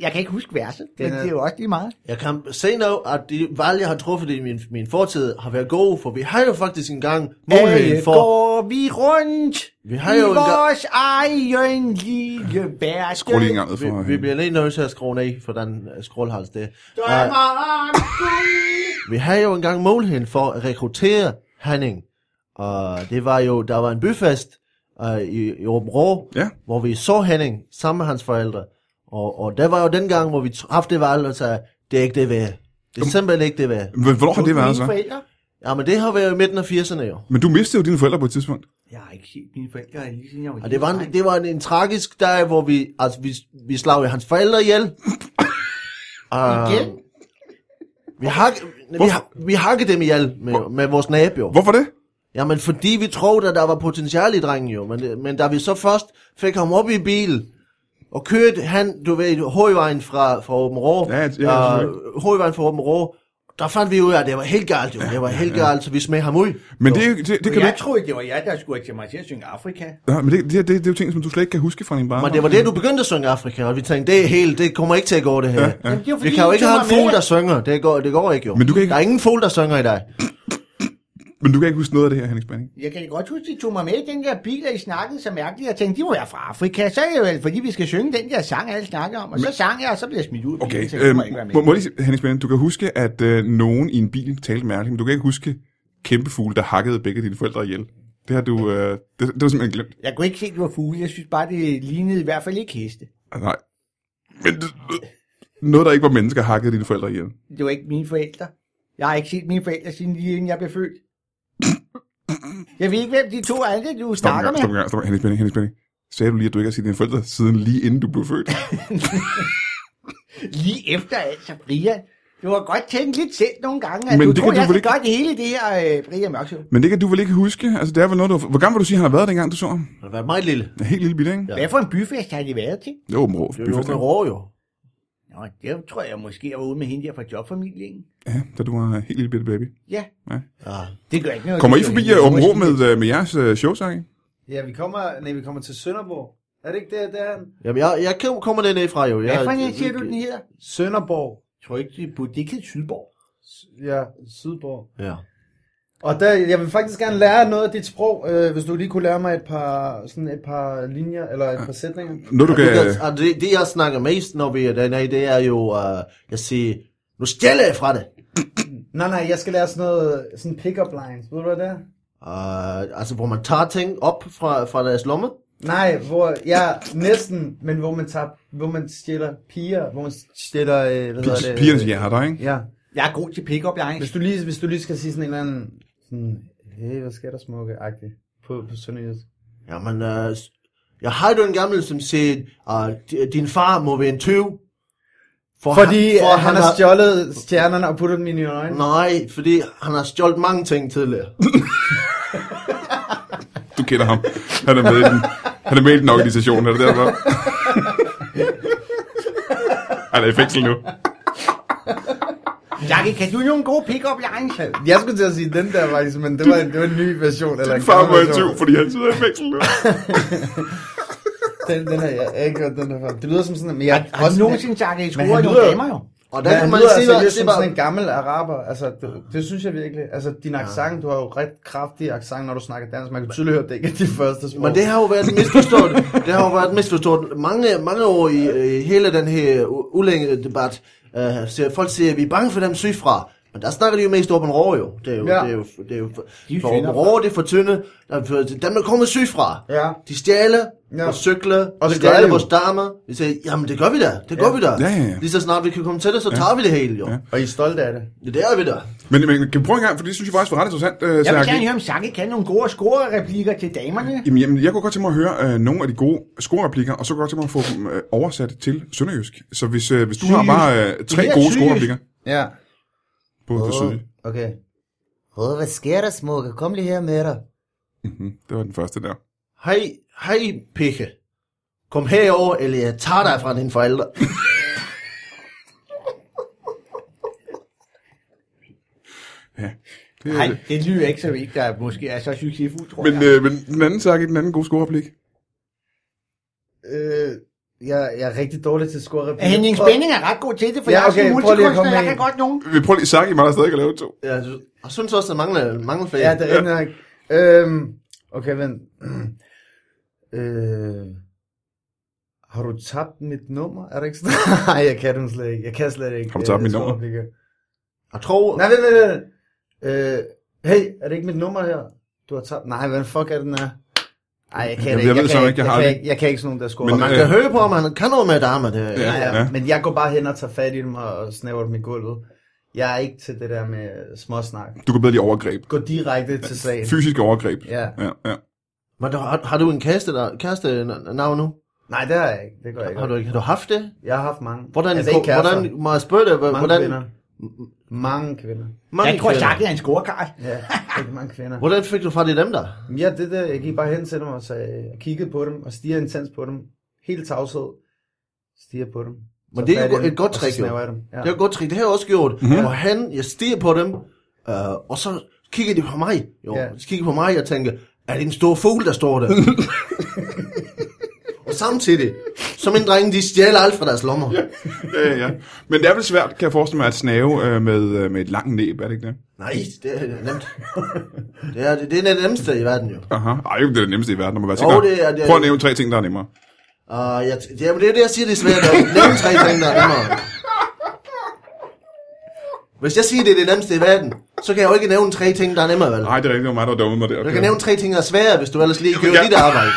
S3: Jeg kan ikke huske verset, men
S2: Den er-
S3: det er jo også lige meget.
S4: Jeg kan se nu, at de valg, jeg har truffet i min, min fortid, har været gode, for vi har jo faktisk engang muligheden
S3: Alle
S4: for...
S3: går vi rundt
S4: Vi har
S3: i
S4: jo en gang-
S3: vores egen lille verden.
S1: Prøv lige en gang ned for.
S4: Vi, vi bliver lige nødt til at skrue ned for den øh, skrålhals der.
S3: Drømmer
S4: Og
S3: om guld.
S4: vi har jo engang muligheden for at rekruttere Hanning. Og det var jo, der var en byfest øh, i, i Åben Rå,
S1: Ja.
S4: hvor vi så Henning sammen med hans forældre. Og, og der var jo den gang, hvor vi traf det valg og sagde, det er ikke det værd. Det er simpelthen ikke det værd.
S1: Hvor- Hvornår har det været så?
S3: forældre?
S4: Ja, men det har været i midten af 80'erne jo.
S1: Men du mistede jo dine forældre på et tidspunkt.
S3: Jeg har ikke set mine forældre, lige siden jeg Ah, var
S4: Og det var
S3: lille
S4: en, det var en, en tragisk dag, hvor vi, altså, vi, vi slog jo hans forældre ihjel.
S3: dreng.
S4: Uh,
S1: Ah.
S3: Igen?
S4: Vi, hak, vi, hak- vi hakkede dem ihjel med, med vores nabo.
S1: Hvorfor det?
S4: Jamen, fordi vi troede, at der var potentiale i drengen jo. Men, men da vi så først fik ham op i bil, og kørte han, du ved, hovedvejen fra, fra Åben Rå,
S1: Ja, ja,
S4: øh, hovedvejen fra Åben Rå, der fandt vi ud af, at det var helt galt jo. Det var helt galt, så vi smed ham ud.
S1: Men det, er jo- det, det, det kan
S3: jeg
S1: du
S3: jeg
S1: ikke...
S3: troede, det var jeg, der skulle til mig til at synge Afrika.
S1: Ja, men det, det, her, det, det, er jo ting, som du slet ikke kan huske fra din barndom.
S4: Men det var det, du begyndte at synge Afrika, og vi tænkte, det er helt, det kommer ikke til at gå det her.
S3: Jamen, det er jo
S4: Vi
S3: fordi,
S4: kan jo
S3: I
S4: ikke
S3: tog
S4: have en
S3: mig med.
S4: fugl, der synger. Det går, det går ikke jo.
S1: Men du kan ikke-
S4: Der er ingen fugl, der synger i dag.
S1: Men du kan ikke huske noget af det her, Henning Spanning.
S3: Jeg kan godt huske, de tog mig med i den der bil, og I snakkede så mærkeligt. Jeg tænkte, de må være fra Afrika. Så er det vel, fordi vi skal synge den der sang, alle snakker om. Og så sang jeg, og så blev jeg smidt ud. af bilen,
S1: Okay,
S3: så jeg
S1: øhm,
S3: må ikke være med.
S1: må, må jeg lige, sige, Henning Spanning, du kan huske, at øh, nogen i en bil talte mærkeligt, men du kan ikke huske kæmpefugle, der hakkede begge dine forældre ihjel. Det har du, øh, det, det var simpelthen glemt.
S3: Jeg kunne ikke se, at det var fugle. Jeg synes bare, det lignede i hvert fald ikke heste.
S1: Ah, Nej. Men det, noget, der ikke var mennesker, hakkede dine forældre ihjel.
S3: Det var ikke mine forældre. Jeg har ikke set mine forældre siden lige inden jeg blev født. Jeg ved ikke, hvem de to er, det, du
S1: Stop en
S3: snakker
S1: gang, stop en
S3: med.
S1: gang, stop en gang. Henning Spanning, Henning Spanning. Sagde du lige, at du ikke har set dine forældre siden lige inden du blev
S3: <laughs>
S1: født?
S3: Lige efter, altså, Brian. Du har godt tænkt lidt selv nogle gange,
S1: Men
S3: at Men du
S1: det
S3: tror,
S1: kan du
S3: jeg
S1: vel
S3: skal
S1: ikke-
S3: ikke... gøre det hele det her, øh, Brian Mørksø.
S1: Men det kan du vel ikke huske? Altså, det er vel noget, du... Hvor gammel vil du sige, han har været, dengang du så ham?
S4: Det var meget lille.
S1: En helt lille bitte, ikke? Ja.
S3: Hvad for en byfest har de været til?
S1: Det var åben rå.
S4: Det var jo med rå jo.
S3: Nå, det tror jeg måske, jeg var ude med hende der fra jobfamilien.
S1: Ja, da du var en helt lille bitte baby.
S3: Ja,
S4: Ja.
S3: det gør ikke noget.
S1: Kommer I
S3: Det er jo
S1: forbi
S3: hende,
S1: øh,
S3: der
S1: åben rå
S3: var
S1: med, øh, med jeres øh, shows, ikke?
S2: Ja, vi kommer, nej, vi kommer til Sønderborg. Er det ikke det, der han?
S4: Jamen, jeg, jeg kom- kommer dernede fra jo. Jeg,
S3: Hvad for en siger du, den hedder?
S2: Sønderborg.
S3: Tror ikke, det er Boudiket Sydborg.
S2: Ja, Sydborg.
S4: Ja.
S2: Og der, jeg vil faktisk gerne lære noget af dit sprog, øh, hvis du lige kunne lære mig et par, sådan et par linjer, eller et par sætninger.
S1: Noget, du kan... øh,
S4: Det, og det, det, jeg snakker mest, når vi er dernede, det er jo, uh, jeg siger, nu stjæler jeg fra det.
S2: Nej, nej, jeg skal lære sådan noget, sådan pick-up lines, ved du hvad det er?
S4: Uh, altså, hvor man tager ting op fra, fra deres lomme.
S2: Nej, hvor, ja, næsten, men hvor man tager, hvor man stjæler piger, hvor man stjæler, øh, hvad hedder det?
S1: Pigernes hjerter, ikke?
S2: Ja,
S3: Jeg er god til pick-up lines.
S2: hvis du lige, hvis du lige skal sige sådan en eller anden, sådan, hey, hvad sker der smukke-agtigt på, på sønderjysk.
S4: Jamen, uh, jeg har jo en gammel, som siger, uh, di- din far må være en tyv. For
S2: Fordi
S4: for
S2: han, han har stjålet stjernerne og puttet dem i dine øjne.
S4: Nej, fordi han har stjålet mange ting tidligere.
S1: Du kender ham. Han er med i den, han er med i den organisation, er det
S3: <laughs>
S1: derfor? Han er i fængsel nu.
S3: Jackie, kan du nogle gode pick-up lines?
S2: Jeg skulle til at sige den der faktisk, men det var, det var en ny version. Eller
S1: Din
S2: en
S1: far
S2: gammel
S1: var en
S2: version.
S1: tyv, fordi han sidder i fængsel nu.
S2: Den, den her, jeg har ikke hørt den her før. Det lyder som sådan, men jeg
S3: Har du nogensinde sagt, at I skruer nogle
S2: lyder-
S3: damer jo?
S4: Og
S2: Men
S4: der
S2: han
S4: kan man
S2: lyder
S4: sige,
S2: altså
S4: at
S2: lidt
S4: det
S2: som
S4: var-
S2: sådan en gammel araber. Altså, det, det synes jeg virkelig. Altså, din accent, du har jo ret kraftig accent, når du snakker dansk. Man kan tydeligt høre, at det ikke er dit første sprog.
S4: Men det har jo været misforstået. det har jo været misforstået mange, mange år i, i hele den her u- ulænge debat. Uh, så folk siger, at vi er bange for dem sygfra. Men der snakker de jo mest åben rå jo. Det er jo,
S2: Ja.
S4: det er jo, det er jo for,
S3: De
S4: for
S3: finder-
S4: åben rå, det er for tynde. Der, for, dem, der kommer sygfra.
S2: Ja.
S4: De stjæler,
S2: Ja.
S4: ja. og cykler,
S2: Og
S4: og
S2: det gør de
S4: stjæler
S2: jo.
S4: vores damer. Vi siger, jamen det gør vi da, det gør vi da.
S1: Ja, ja, ja.
S4: Lige så snart vi kan komme til det, så tager vi det hele jo.
S1: Ja.
S4: Ja.
S2: Og I er stolte af det.
S4: Det er vi da.
S1: Men, men kan vi prøve en gang, for det synes jeg faktisk var ret interessant, øh,
S3: Jeg vil
S1: Sergi.
S3: gerne høre, om Jackie kan nogle gode score-replikker til damerne.
S2: Øh,
S1: Jamen, jamen, jeg kunne godt tænke mig at høre øh, nogle af de gode scorereplikker, og så kunne jeg godt tænke mig at få dem øh, oversat til sønderjysk. Så hvis, øh, hvis du har bare øh, tre
S3: Det er
S1: gode
S3: sygt.
S1: scorereplikker
S2: Ja.
S1: på, på syd.
S2: Okay.
S5: Åh, hvad sker der, smukke? Kom lige her med dig.
S1: Mm-hmm. Det var den første der.
S4: Hej, hej pikke. Kom herover, eller jeg tager dig fra dine forældre.
S1: Ja.
S2: øh.
S1: Det,
S3: Nej,
S1: er, det.
S3: det lyder ikke så vildt, der måske er så succesfuldt, tror
S1: Men,
S3: jeg.
S1: øh, men den anden Sergi, den anden gode scorereplik.
S2: Øh, jeg, jeg er rigtig dårlig til at score
S3: Øh,
S2: replikker.
S3: Henning
S2: Prøv-
S3: Spænding er ret god til det, for
S2: Ja,
S3: ja, okay,
S2: okay,
S3: jeg er
S2: prøv lige at komme
S3: multikunstner, jeg
S2: med
S3: kan
S2: en.
S3: godt nogen.
S1: Vi prøver lige Sergi, man har stadig kan lave to.
S4: Ja, jeg synes- jeg synes også, der mangler, mangler flere.
S2: Ja, det er rigtig nok. Øhm, okay, vent. <clears throat> Øh, har du tabt mit nummer? Er det ikke sådan? <laughs> Nej, jeg kan dem slet ikke. Jeg kan slet ikke.
S1: Har du tabt
S2: øh,
S1: mit nummer?
S2: scorereplikker.
S4: Jeg tror,
S2: Nej, vent, vent, vent. Øh, hey, er det ikke mit nummer her? Du har tabt... Nej, hvad fuck er den her? Ej, jeg kan
S1: Jeg
S2: det
S1: ved
S2: ikke. Jeg,
S1: det
S2: kan
S1: så
S2: ikke.
S1: ikke, jeg
S2: Jeg,
S1: har
S2: kan
S1: aldrig-
S2: ikke. jeg kan ikke sådan nogen, der scorer.
S1: Men,
S2: Men,
S4: Man
S1: øh,
S4: kan høre på, om han kan noget med damer. Det,
S1: Ja.
S4: ja.
S2: ja,
S1: ja.
S2: ja. men jeg går bare hen og tager fat i dem og, og snæver dem i gulvet. Jeg er ikke til det der med småsnak.
S1: Du kan bedre lide overgreb.
S2: Gå direkte til sagen.
S1: Fysisk overgreb.
S2: Ja.
S1: Ja, ja.
S4: Men du- har, har du en kæreste, der, kæreste navn nu?
S2: Nej, det har jeg ikke. Det gør jeg ikke.
S4: Har du, ikke- har du haft det?
S2: Jeg har haft mange.
S4: Hvordan,
S2: altså, ikke kærester.
S4: hvordan må jeg spørge dig,
S2: mange
S4: hvordan,
S2: kvinder. Mange kvinder.
S4: mange
S3: Jeg tror
S4: kvinder.
S3: sagt, det er en scorekart.
S2: Ja, rigtig mange kvinder.
S4: hvordan fik du fra det dem der?
S2: Jamen, Ja, det der, jeg gik bare hen til dem og sagde, kiggede på dem og stirrede intens på dem. Helt tavshed. Stiger på dem.
S4: Men det er jo et godt trick, jo.
S2: jo. Dem. Ja.
S4: Det er et godt trick, det har jeg også gjort.
S1: Mhm.
S4: Mm-hmm. Hvor han, jeg stiger på dem, øh, og så kigger de på mig. Jo,
S2: Ja.
S4: de kigger på mig og tænker, er det en stor fugl, der
S1: <laughs>
S4: står der? og samtidig, som en dreng, de stjæler alt fra deres lommer.
S1: ja, ja. Men det er vel svært, kan jeg forestille mig, at snave øh, med, øh, med et langt næb, er det ikke det?
S4: Nej, det er nemt. Det er, det, det er det nemmeste i verden, jo.
S1: Aha. Ej, det er det nemmeste i verden, når man være
S4: Jo,
S1: sikker.
S4: det er- det er-
S1: Prøv at nævne tre ting, der er nemmere.
S4: Uh, jeg, t- jamen, det er det, jeg siger, det er svært at nævne tre ting, der er nemmere. Hvis jeg siger, det er det nemmeste i verden, så kan jeg jo ikke nævne tre ting, der er nemmere, vel?
S1: Nej, det er rigtigt, det var mig, der dummede mig der.
S4: Du kan nævne tre ting, der er svære, hvis du ellers lige gør
S1: Ja.
S4: dit arbejde.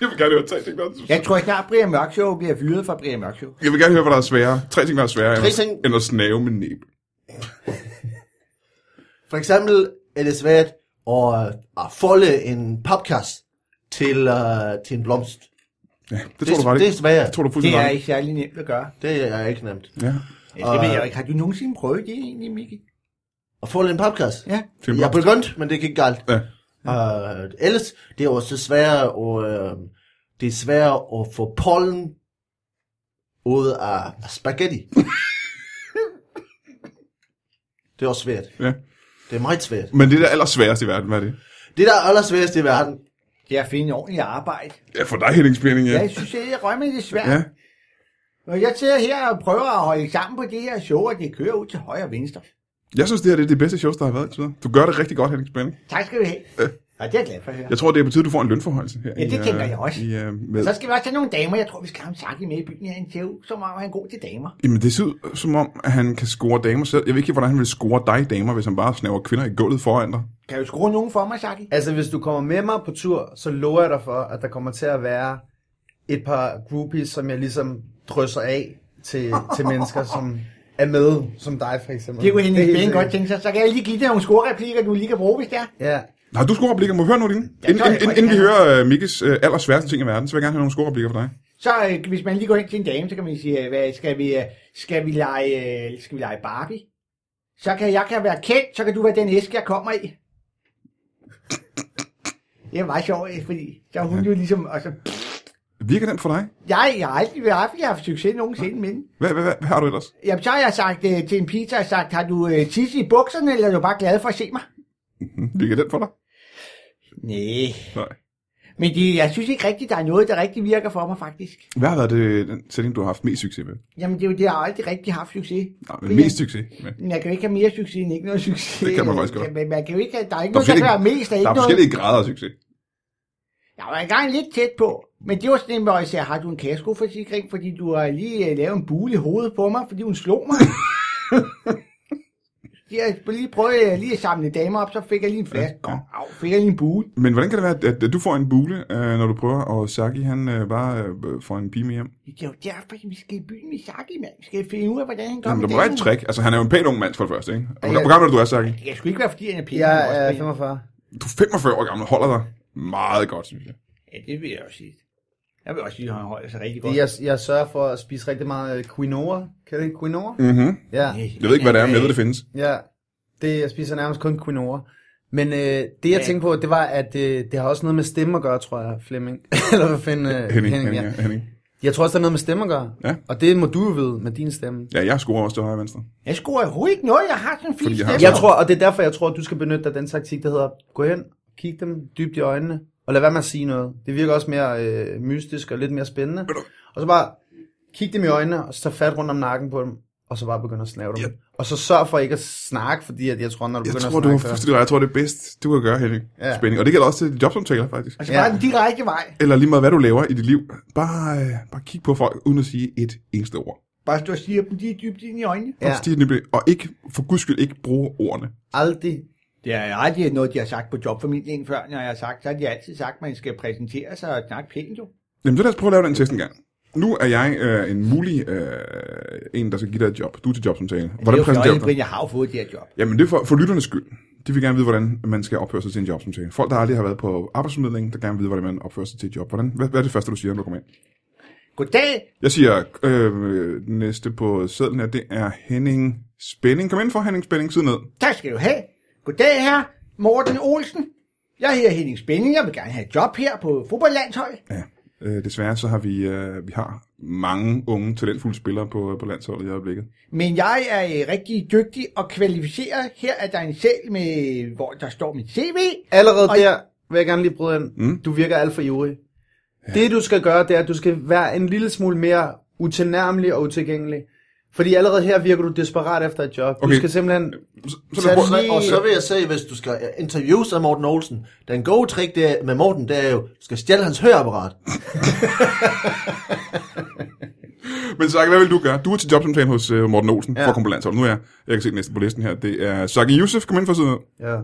S1: Jeg vil gerne høre tre ting, der er
S3: Jeg tror snart, Brian Mørk Show bliver fyret fra Brian Mørk Show.
S1: Jeg vil gerne høre, hvad der er sværere. Tre ting, der er sværere,
S4: Tre
S1: end,
S4: ting.
S1: at, end at snave med næb.
S4: For eksempel er det svært at, at folde en papkasse til, uh, til en blomst.
S1: Ja, det tror
S4: Det,
S1: du ret i.
S4: det er svært.
S1: Det tror du
S3: Det
S1: fuldstændig
S3: er
S1: ret i.
S3: ikke særlig nemt at gøre.
S4: Det er ikke nemt.
S1: Ja.
S3: Ja, det ved jeg jo ikke. Har du nogensinde prøvet det egentlig, Mikkel?
S4: At folde en papkasse?
S3: Ja.
S1: Film
S4: Jeg begyndte, men det gik galt.
S1: Ja.
S4: Uh, ellers, det er også svært at, uh, det er svært at få pollen ud af spaghetti. det er også svært.
S1: ja.
S4: Det er meget svært.
S1: Men det der allersværeste i verden, hvad er det?
S4: Det, der er allersværest i verden,
S3: Det er at finde ordentligt arbejde.
S1: Ja, for dig, Henning Spænding, ja.
S3: Ja. Jeg synes, det er rømme lidt svært.
S1: Ja.
S3: Ja. Når jeg sidder her og prøver at holde sammen på det her show, og det kører ud til højre og venstre.
S1: Jeg synes, det her det er det bedste shows, der har været indtil videre. Du gør det rigtig godt, Henning Spænding.
S3: Tak skal du have. Ja, det er jeg glad for at høre.
S1: Jeg tror, det er på tide, du får en lønforhøjelse her.
S3: Ja, det
S1: i, øh,
S3: tænker jeg også.
S1: I, øh, med.
S3: Så skal vi også have nogle damer. Jeg tror, vi skal have ham Saki med i byen. Han ser ud, som om han er god til damer.
S1: Jamen, det ser ud som om, at han kan score damer selv. Jeg ved ikke, hvordan han vil score dig damer, hvis han bare snaver kvinder i gulvet foran dig.
S3: Kan du skrue nogen for mig, Saki?
S2: Altså, hvis du kommer med mig på tur, så lover jeg dig for, at der kommer til at være et par groupies, som jeg ligesom drysser af til,
S4: <laughs>
S2: til mennesker, som er med, som dig for eksempel.
S3: Det kunne Henning
S2: er helt
S3: Spænding godt
S2: sikkert.
S3: tænke sig. Så kan jeg lige give dig nogle scorereplikker, du lige kan bruge, hvis det er.
S2: Ja,
S1: Har du scorereplikker? Må vi høre nogle af dine?
S3: Ja,
S1: Inden,
S3: så-
S1: inden, inden vi hører uh, Mikkes uh, allersværeste ting i verden, så vil jeg gerne have nogle scorereplikker fra dig.
S3: Så øh, hvis man lige går ind til en dame, så kan man sige, øh, hvad, skal, vi, øh, skal, vi lege, øh, skal vi lege Barbie? Så kan jeg kan være kendt, så kan du være den æske, jeg kommer i. Det er meget sjovt, øh, fordi så er hun jo ligesom... Altså,
S1: Virker den for dig?
S3: jeg, jeg har aldrig været haft, jeg har haft succes nogensinde, men...
S1: Hvad, hvad, hvad, hvad har du ellers?
S3: Jamen, så har jeg sagt øh, til en pige, så har jeg sagt, har du øh, tisse i bukserne, eller er du bare glad for at se mig?
S1: Mhm. Virker den for dig?
S3: Nej.
S1: Nej.
S3: Men det, jeg synes ikke rigtigt, der er noget, der rigtig virker for mig, faktisk.
S1: Hvad har været det, den sætning, du har haft mest succes med?
S3: Jamen, det er jo det, jeg har aldrig rigtig haft succes.
S1: Nej, men
S3: Fordi-
S1: mest succes med.
S3: Men jeg kan jo ikke have mere succes end ikke noget succes.
S1: Det kan man faktisk godt.
S3: Men man kan jo ikke have, der er ikke
S1: Der er
S3: noget, der kan
S1: forskellige-
S3: være mest
S1: Der
S3: af ikke
S1: er
S3: noget.
S1: forskellige grader af succes.
S3: Jeg var engang lidt tæt på, men det var sådan en, hvor jeg sagde, har du en kaskoforsikring, fordi du har lige uh, lavet en bule i hovedet på mig, fordi hun slog
S1: <laughs>
S3: mig. jeg lige prøvede øh, lige at samle damer op, så fik jeg lige en flaske. Ja, Au, fik jeg lige en bule.
S1: Men hvordan kan det være, at, at du får en bule, øh, når du prøver, og Saki han øh, bare øh, får en pige med hjem?
S3: Det er jo derfor, at vi skal i byen med Saki, mand. Vi skal finde ud af, hvordan han gør
S1: Jamen,
S3: med
S1: der må være et
S3: damerne.
S1: trick. Altså, han er jo en pæn ung mand for det første, ikke? Og Hvor,
S2: Ja.
S1: hvor gammel er du, er, Saki?
S3: Det kan sgu ikke være, fordi han er pæn. men
S2: jeg
S3: også
S2: er
S3: pæn.
S2: 45.
S1: Du er 45 år gammel, holder dig meget godt, synes jeg.
S3: Ja, det vil jeg også sige. Jeg vil også sige, at han holder sig rigtig godt.
S2: Det, jeg, jeg sørger for at spise rigtig meget øh, quinoa. Kan det quinoa?
S1: Mm-hmm.
S2: Ja,
S1: Jeg ved ikke, hvad det er, men jeg ved, det findes.
S2: ja. Det, jeg spiser nærmest kun quinoa. Men øh, det, jeg
S3: Ja.
S2: tænkte på, det var, at øh, det har også noget med stemme at gøre, tror jeg, Flemming. <laughs> Eller hvad fanden? Øh,
S1: Henning, Henning, ja.
S2: ja.
S1: Henning.
S2: Jeg tror også, der er noget med stemme at gøre.
S1: Ja.
S2: Og det må du jo vide med din stemme.
S1: Ja, jeg scorer også til højre og venstre.
S3: Jeg scorer overhovedet ikke noget. Jeg har sådan en fin
S1: Fordi jeg har-
S3: stemme.
S2: Jeg tror, og det er derfor, jeg tror, at du skal benytte dig af den taktik, der hedder, gå hen, kig dem dybt i øjnene, og lad være med at sige noget. Det virker også mere øh, mystisk og lidt mere spændende. Og så bare kig dem i øjnene, og så tag fat rundt om nakken på dem, og så bare begynde at snave dem.
S1: Ja.
S2: Og så sørg for ikke at snakke, fordi at jeg tror, når du
S1: Jeg
S2: begynder
S1: tror,
S2: at
S1: du har
S2: snakke... så-
S1: fuldstændig ret. Jeg tror, det er bedst, du kan gøre, Henning. Ja.
S2: Ja. Altså-
S1: Spænding. Og det gælder også til jobsamtaler, faktisk.
S3: Og så bare
S2: Ja.
S3: den direkte vej.
S1: Eller lige meget, hvad du laver i dit liv. Bare, øh, bare kig på folk, uden at sige et eneste ord.
S3: Bare stå og sige dem lige dybt ind i øjnene.
S1: Ja. Og ikke, for guds skyld, ikke bruge ordene.
S2: aldrig
S3: Det er aldrig noget, de har sagt på jobformidlingen før, når jeg har sagt, så har de altid sagt, at man skal præsentere sig og snakke pænt jo.
S1: Jamen, så lad os prøve at lave den test en gang. Nu er jeg øh, en mulig øh, en, der skal give dig et job. Du er til jobsamtale. Hvordan
S3: det er jo
S1: præsenterer
S3: fjollet,
S1: du dig?
S3: Brian, jeg har jo fået det her job.
S1: Jamen, det er for, for lytternes skyld. De vil gerne vide, hvordan man skal opføre sig til en jobsamtale. Folk, der aldrig har været på arbejdsformidling, der gerne vil vide, hvordan man opfører sig til et job. Hvordan, hvad, hvad er det første, du siger, når du kommer ind?
S3: Goddag!
S1: Jeg siger, øh, den næste på sædlen her, det er Henning Spænding. Kom ind for Henning Spænding, sid ned.
S3: Tak skal du have. Goddag her, Morten Olsen. Jeg hedder Henning Spænding, jeg vil gerne have et job her på fodboldlandshold.
S1: Ja. Øh, desværre så har vi, øh, vi har mange unge, talentfulde spillere på, på landsholdet i øjeblikket.
S3: Men jeg er øh, rigtig dygtig og kvalificeret. Her er der en sæl, med, hvor der står mit CV.
S2: Allerede
S3: Og-
S2: der vil jeg gerne lige bryde ind.
S1: Mm.
S2: Mm. Du virker alt for ivrig. Ja. Det du skal gøre, det er, at du skal være en lille smule mere utilnærmelig og utilgængelig. Fordi allerede her virker du desperat efter et job. Okay.
S1: Okay.
S2: Du skal simpelthen...
S1: Så, så
S2: Tag
S1: lad os
S2: det
S1: prøve-
S2: lige-
S4: Og så vil jeg sige, hvis du skal øh, interviews af Morten Olsen, den gode trick det er, med Morten, det er jo, du skal stjæle hans høreapparat.
S1: Men Sakke, hvad vil du gøre? Du er til jobsamtalen hos øh, Morten Olsen ja.
S2: Ja.
S1: for at komme på landsholdet. Nu er jeg, jeg kan se den næste på listen her. Det er Sakke Youssef, kom ind for siden.
S2: Ja.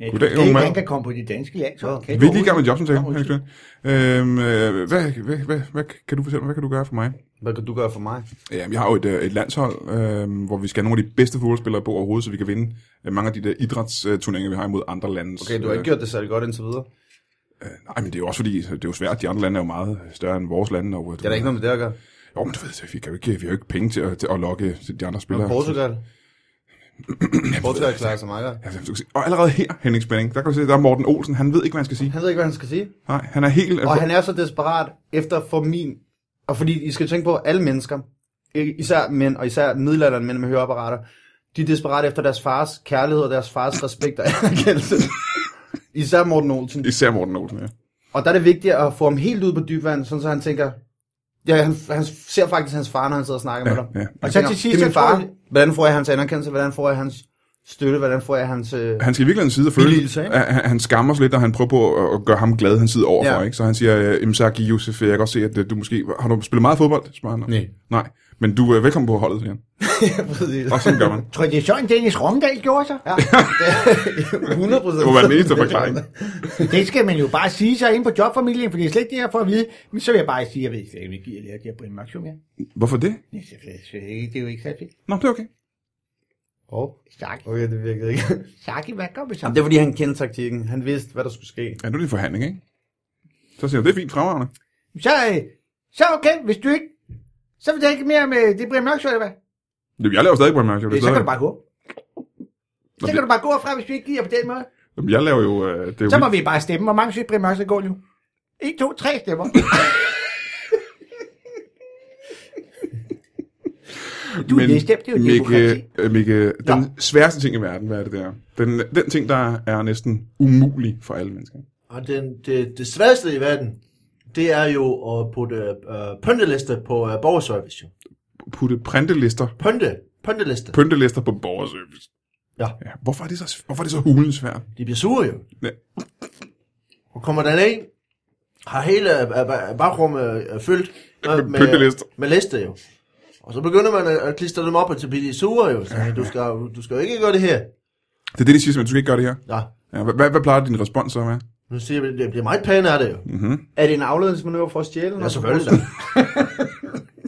S3: Ja,
S1: Goddag,
S3: det,
S1: unge
S3: det,
S1: mand.
S3: han kan komme på det danske landshold. Kan
S1: Vi
S3: ikke
S1: er lige i gang med jobsamtalen.
S3: Nå,
S1: Henrik
S3: undskyld.
S1: Spænding. Øhm, øh, hvad, hvad, hvad, hvad, kan du fortælle mig, hvad kan du gøre for mig?
S2: Hvad kan du gøre for mig?
S1: Ja, vi har jo et, øh, et landshold, øh, hvor vi skal have nogle af de bedste fodboldspillere på overhovedet, så vi kan vinde øh, mange af de der idrætsturneringer, vi har imod andre lande. Øh,
S2: Okay, du har ikke gjort det særlig godt indtil videre.
S1: Nej, men det er jo også fordi, det er jo svært. De andre lande er jo meget større end vores lande. Og, øh,
S2: Det er da ikke noget med det at gøre.
S1: Jo, men du ved, vi, kan jo ikke, vi har jo ikke penge til at, til at lokke de andre spillere.
S2: Og Portugal. Portugal klarer sig meget godt.
S1: Ja, Altså, du kan se. Og allerede her, Henning Spænding, der kan du se, der er Morten Olsen. Han ved ikke, hvad han skal sige.
S2: Han ved ikke, hvad han skal sige.
S1: Nej, han er helt...
S2: Og han er så desperat efter for min... Og fordi I skal tænke på, at alle mennesker, ikke- især mænd, og især middelalderen mænd med høreapparater, de er desperat efter deres fars kærlighed og deres fars respekt og anerkendelse. Især Morten Olsen.
S1: Især Morten Olsen, ja.
S2: Og der er det vigtigt at få ham helt ud på dybvand, sådan så han tænker, ja, han, han ser faktisk hans far, når han sidder og snakker
S1: Ja,
S2: med dig.
S1: ja.
S2: Og
S3: så
S2: så til
S3: til sidst,
S2: det er min
S3: så tror
S2: far.
S3: jeg-
S2: Hvordan får jeg hans anerkendelse? Hvordan får jeg hans støtte? Hvordan får jeg hans... Øh...
S1: Han skal i virkeligheden sidde og føle,
S2: Billigelse, ikke?
S1: at han- han skammer sig lidt, og han prøver på at- at gøre ham glad, han sidder overfor. Ja.
S2: Ja.
S1: Ikke? Så han siger, Imsaki Josef, jeg kan godt se, at øh, du måske... Har du spillet meget fodbold? Spørger han.
S2: Nej.
S1: Nej, men du er velkommen på holdet, siger
S3: <laughs>
S1: han. Og sådan gør man.
S3: Tror I, det er sådan, Dennis Romdal gjorde sig?
S2: Ja, det er 100 procent.
S1: Det må være den eneste forklaring.
S3: Det skal man jo bare sige sig ind på jobformidlingen, for det er slet ikke det, jeg får at vide. Men så vil jeg bare sige, at jeg ved slet ikke, om jeg gider lære det her Brian Mørk Show mere.
S1: Hvorfor det?
S3: Det er slet- slet ikke- det er jo ikke særlig fedt.
S1: Nå, det er okay.
S2: Åh,
S3: Tak.
S2: okay, <laughs> det virkede ikke.
S3: Tak, hvad gør vi så?
S2: Jamen, det er fordi, han kendte taktikken. Han vidste, hvad der skulle ske.
S1: Ja, nu er det en forhandling, ikke? Så siger han, det er fint fremragende.
S3: Så, øh, så okay, hvis du ikke... Så vil jeg ikke mere med det Brian Mørk Show, eller hvad?
S1: Jamen, Jeg laver stadig på en mærke.
S3: Det, så kan du bare gå. Så
S1: det-
S3: kan du bare gå fra, hvis du ikke gider på den måde.
S1: Jeg laver jo... øh, Det er jo
S3: Så må vi bare stemme. Hvor mange synes Brian Mørk skal gå nu? 1, 2, 3
S1: <laughs>
S3: stemmer. Du er nedstemt, det er jo demokrati.
S1: Mikke, øh, Mikke, den sværeste ting i verden, hvad er det der? Den, den ting, der er næsten umulig for alle mennesker.
S4: Og den, det, det sværeste i verden, det er jo at putte øh, pønteliste på øh, borgerservice. jo.
S1: Putte printelister,
S4: Pønte, pønteliste.
S1: pyntelister på borgerservice.
S4: Ja.
S1: ja. Hvorfor er det så, hvorfor er det så hulen svært?
S4: De bliver sure jo.
S1: Ja.
S4: Og kommer den ind, har hele øh, øh, bagrummet øh, fyldt øh, med,
S1: pyntelister.
S4: med liste jo. Og så begynder man at, at klistre dem op, og så bliver de sure jo. Så, du, skal, du skal jo ikke gøre det her.
S1: Det er det, de siger, men du skal ikke gøre det her.
S4: Ja,
S1: Ja, hvad, hvad, hvad plejer din respons så at være?
S4: nu siger vi, det bliver meget pænt af det jo.
S2: Er det en afledningsmanøvre for at stjæle?
S4: Ja, selvfølgelig da.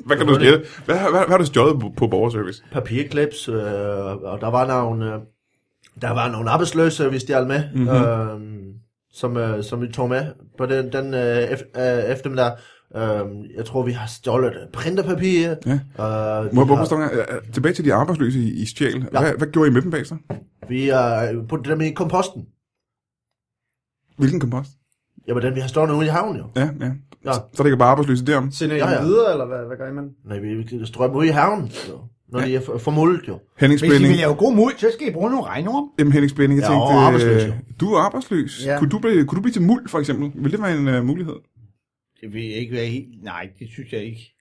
S1: Hvad kan du stjæle? Hvad, hvad, hvad har du stjålet på, på borgerservice?
S4: papirklips, øh, og der var nogle, øh, der var nogle arbejdsløse, vi stjal med,
S1: Mhm.
S4: mm-hmm. øh, som, øh, som vi tog med på den, den øh, ef- øh, eftermiddag. Øh, jeg tror, vi har stjålet
S1: Ja.
S4: printerpapir. Øh,
S1: Må,
S4: vi,
S1: hvorfor
S4: har,
S1: står jeg, øh, tilbage til de arbejdsløse i, i Stjæl. Hvad, hvad gjorde I med dem bag sig?
S4: vi øh, puttet dem i komposten.
S1: Hvilken kompost?
S4: Jamen, den vi har stående ude i havnen jo.
S1: Ja, ja.
S4: Ja.
S1: Så, så ligger bare arbejdsløse derom.
S2: Sender I
S4: Ja,
S2: ja,
S4: ja.
S2: ja. videre, eller hvad, hvad gør I med den?
S4: Nej, vi- vi strømmer dem ud i havnen, jo, når ja. de er for- formuldet jo.
S1: Henning
S3: Hvis I
S1: Spænding.
S3: vil lave god muld, så skal I bruge nogle regnorm.
S1: Jamen Henning Spænding, jeg
S4: Ja,
S1: tænkte,
S4: og arbejdsløs,
S1: øh,
S4: jo.
S1: du er arbejdsløs. Ja.
S2: Ja.
S1: Kunne, du blive, kunne du blive til muld, for eksempel? Vil det være en uh, mulighed?
S3: Det vil jeg ikke være helt... Nej, det synes jeg ikke.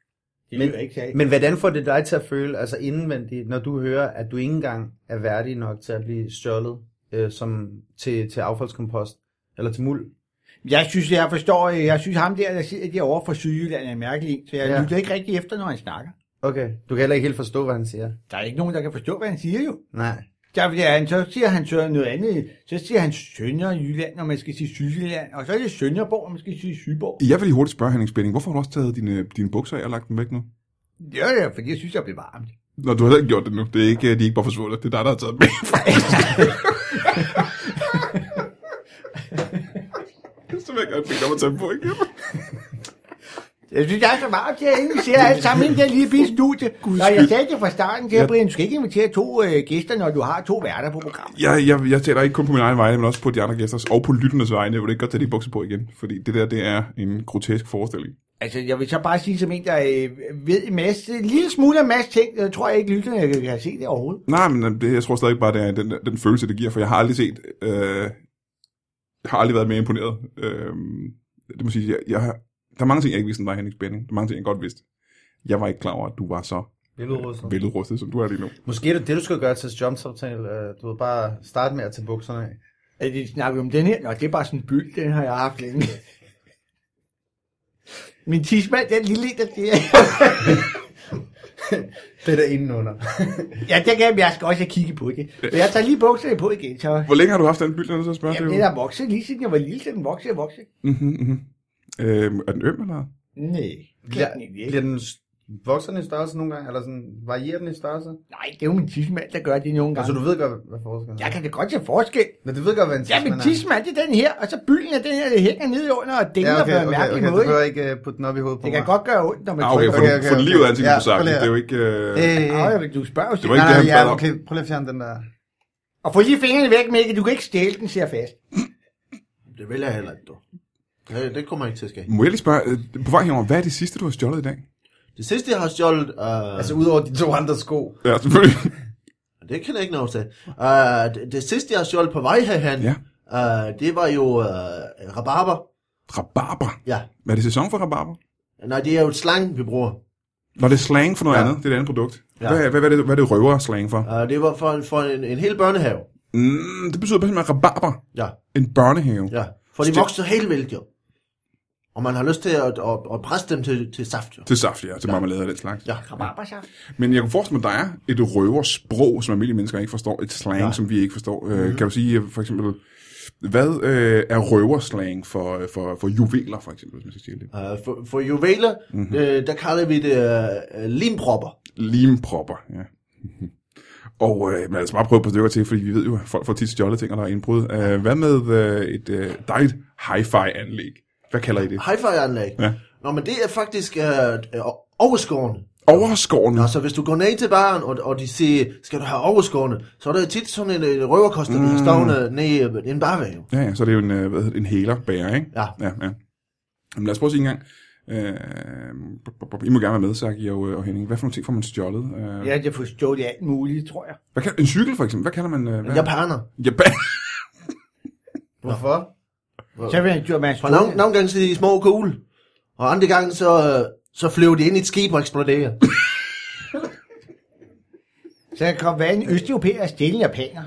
S3: Det vil jeg ikke sige.
S2: Men hvordan får det dig til at føle, altså indvendigt, når du hører, at du ikke engang er værdig nok til at blive stjålet øh, som til, til affaldskompost? Eller til muld?
S3: Jeg synes, jeg forstår, øh, jeg synes ham der, der sidder derovre fra Sydjylland, er en mærkelig, en, så jeg
S2: Ja.
S3: ja. lytter ikke rigtig efter, når han snakker.
S2: Okay, du kan heller ikke helt forstå, hvad han siger.
S3: Der er ikke nogen, der kan forstå, hvad han siger jo.
S2: Nej.
S3: Der bliver han, så siger han så noget andet. Så siger han Sønderjylland, når man skal sige Sydjylland. Og så er det Sønderborg, når man skal sige Syborg.
S1: Jeg vil lige hurtigt spørge Henning Spænding, hvorfor har du også taget dine, dine bukser af og lagt dem væk nu?
S3: Det er det, fordi jeg synes, jeg bliver varmt.
S1: Nå, du har heller ikke gjort det nu. Det er ikke, øh, de er ikke bare forsvundet. Det er dig, der har taget dem med. <laughs> Så vil jeg gerne tænke om at tage dem på igen.
S3: Jeg synes, jeg er så varmt herinde. Vi ser alle sammen, inden jeg lige bliver i studiet. Når jeg sagde det fra starten til, at Brian, du skal ikke invitere to øh, gæster, når du har to værter på programmet.
S1: Jeg, jeg, jeg taler ikke kun på min egen vegne, men også på de andre gæsters og på lytternes vegne. Jeg vil ikke godt tage de bukser på igen, fordi det der, det er en grotesk forestilling.
S3: Altså, jeg vil så bare sige som en, der øh, ved en masse, en lille smule af en masse ting, jeg tror jeg ikke, lytterne kan, kan se det overhovedet.
S1: Nej, men øh, det, jeg tror stadig bare, det er den, den følelse, det giver, for jeg har aldrig set... Øh, jeg har aldrig været mere imponeret. Øh, det må sige, jeg, jeg, har- der er mange ting, jeg ikke vidste, om dig, Henning Spænding. Der er mange ting, jeg godt vidste. Jeg var ikke klar over, at du var så
S2: Billedrusser.
S1: veludrustet, som du er lige nu.
S2: Måske er det det, du skal gøre til jobsamtale. øh, Du ved bare starte med at tage bukserne af.
S3: Er det snakker vi om den her? Nå, det er bare sådan en byld, den har jeg haft længe. Min tidsmand, den lille en, der siger,
S2: Det er der indenunder.
S3: ja, der kan jeg, jeg skal også have kigget på det. Men jeg tager lige bukserne på igen, så
S1: Hvor længe har du haft den byld, når du så spørger
S3: Jamen,
S1: det?
S3: den har vokset lige siden jeg var lille, så den voksede og voksede.
S1: Mm-hmm, mm-hmm. Øhm, er den øm, eller?
S3: Nej,
S2: Bliver,
S3: ja,
S2: bliver den s- vokser den i størrelse nogle gange? Eller sådan, varierer den i størrelse?
S3: nej, det er jo min tidsmand, der gør det nogle gange.
S2: Altså, du Altså, ved godt, hvad forskellen er.
S3: Jeg kan da godt se forskel.
S2: Men du ved godt, hvad en
S3: Ja, men tidsmand, det er den her, og så bylden er den her, der hænger ned under og dingler
S2: Ja,
S3: ja,
S2: okay,
S3: på en
S2: okay, okay,
S3: mærkelig
S2: okay. Du
S3: måde.
S2: behøver ikke øh, putte den op i hovedet på
S3: Det
S2: mig.
S3: kan godt gøre ondt, når man
S1: Ah, okay, for,
S3: trykker.
S1: okay,
S2: okay,
S1: okay,
S2: okay.
S1: for livet af ansigtet,
S2: Ja,
S1: du sagt.
S2: prøv lige
S1: Det
S2: at-
S1: er jo ikke... Øh...
S2: Øh,
S3: Nej, jeg vil- du spørger jo
S1: Det var
S3: ikke.
S1: ikke det,
S2: nej,
S1: han
S2: ja,
S1: bad om.
S2: okay, prøv lige at fjerne den der.
S3: Og få lige fingrene væk, Mikkel, du kan ikke stjæle den, siger fast.
S4: Det vil jeg heller ikke, du. Det, det kommer jeg ikke til at ske.
S1: Må jeg lige spørge, øh, på vej herover, hvad er det sidste, du har stjålet i dag?
S4: Det sidste, jeg har stjålet... Øh,
S2: Altså, udover de to andre sko.
S1: Ja, selvfølgelig.
S4: Det kan jeg ikke nå til. Uh, det, det sidste, jeg stjålet på vej herhen,
S1: Ja.
S4: uh, det var jo uh, rabarber.
S1: Rabarber.
S4: Ja.
S1: Hvad er det sæson for rabarber?
S4: Nej, det er jo et slang, vi bruger.
S1: Når det er slang for noget ja.
S4: Ja.
S1: andet, det er et andet produkt. Ja. Hvad,
S4: Ja.
S1: hvad, hvad, er det, hvad er det røver slang for? Ja.
S4: Uh, det var for, en- for en, en hel børnehave.
S1: Mm, det betyder bare simpelthen rabarber.
S4: Ja,
S1: En børnehave. Ja.
S4: ja. For de
S1: Stil-
S4: vokser helt vildt, jo. Og man har lyst til at, at, at presse dem til, til saft, jo.
S1: Til saft, ja. Til ja. marmelade og den slags. Ja.
S4: Ja.
S3: Rabarbersaft.
S1: Men jeg kunne forestille mig, at der er et røversprog, som almindelige mennesker ikke forstår. Et slang, ja.
S4: Ja.
S1: som vi ikke forstår. Mm. Kan du sige øh, for eksempel, hvad øh, er røverslang for, øh, for, for juveler, for eksempel, hvis man skal sige det?
S4: Uh, for, for juveler, mm-hmm. uh, der kalder vi det uh, limpropper.
S1: Limpropper, ja. <laughs> Og øh, men altså bare prøve på stykker til, fordi vi ved jo, at folk får tit stjålet ting, og der er indbrud. Øh, hvad med øh, et øh, dejligt hi-fi-anlæg? Hvad kalder I det?
S4: Hi-fi-anlæg.
S1: Ja.
S4: Nå, men det er faktisk uh, overskårende.
S1: Overskårene.
S4: Og så hvis du går ned til baren, og, og de siger, skal du have overskårene, så er der tit sådan en, en røverkoster, mm. vi har stående ned i en barvæg.
S1: Ja, ja, så er det jo en, øh, hvad hedder det, en hælerbærer, ikke?
S4: Ja.
S1: ja, ja. Jamen, lad os prøve at sige en gang. Øh, bup, bup, bup. I må gerne være med, Saki og, øh, og Henning. Hvad for nogle ting får man stjålet? Øh,
S3: Ja, jeg får stjålet alt muligt, tror jeg.
S1: hvad kalder, en cykel, for eksempel. Hvad kalder man? Øh, hvad?
S4: Japaner.
S1: Japan.
S2: Hvorfor?
S3: Så vil jeg stjålet mig
S4: For nogle, nogle gange så er de små og gule, og andre gange så, øh, så flyver de ind i et skib
S2: <laughs>
S4: og eksploderer.
S3: Så der kan være en østeuropæer og stjæle en japaner.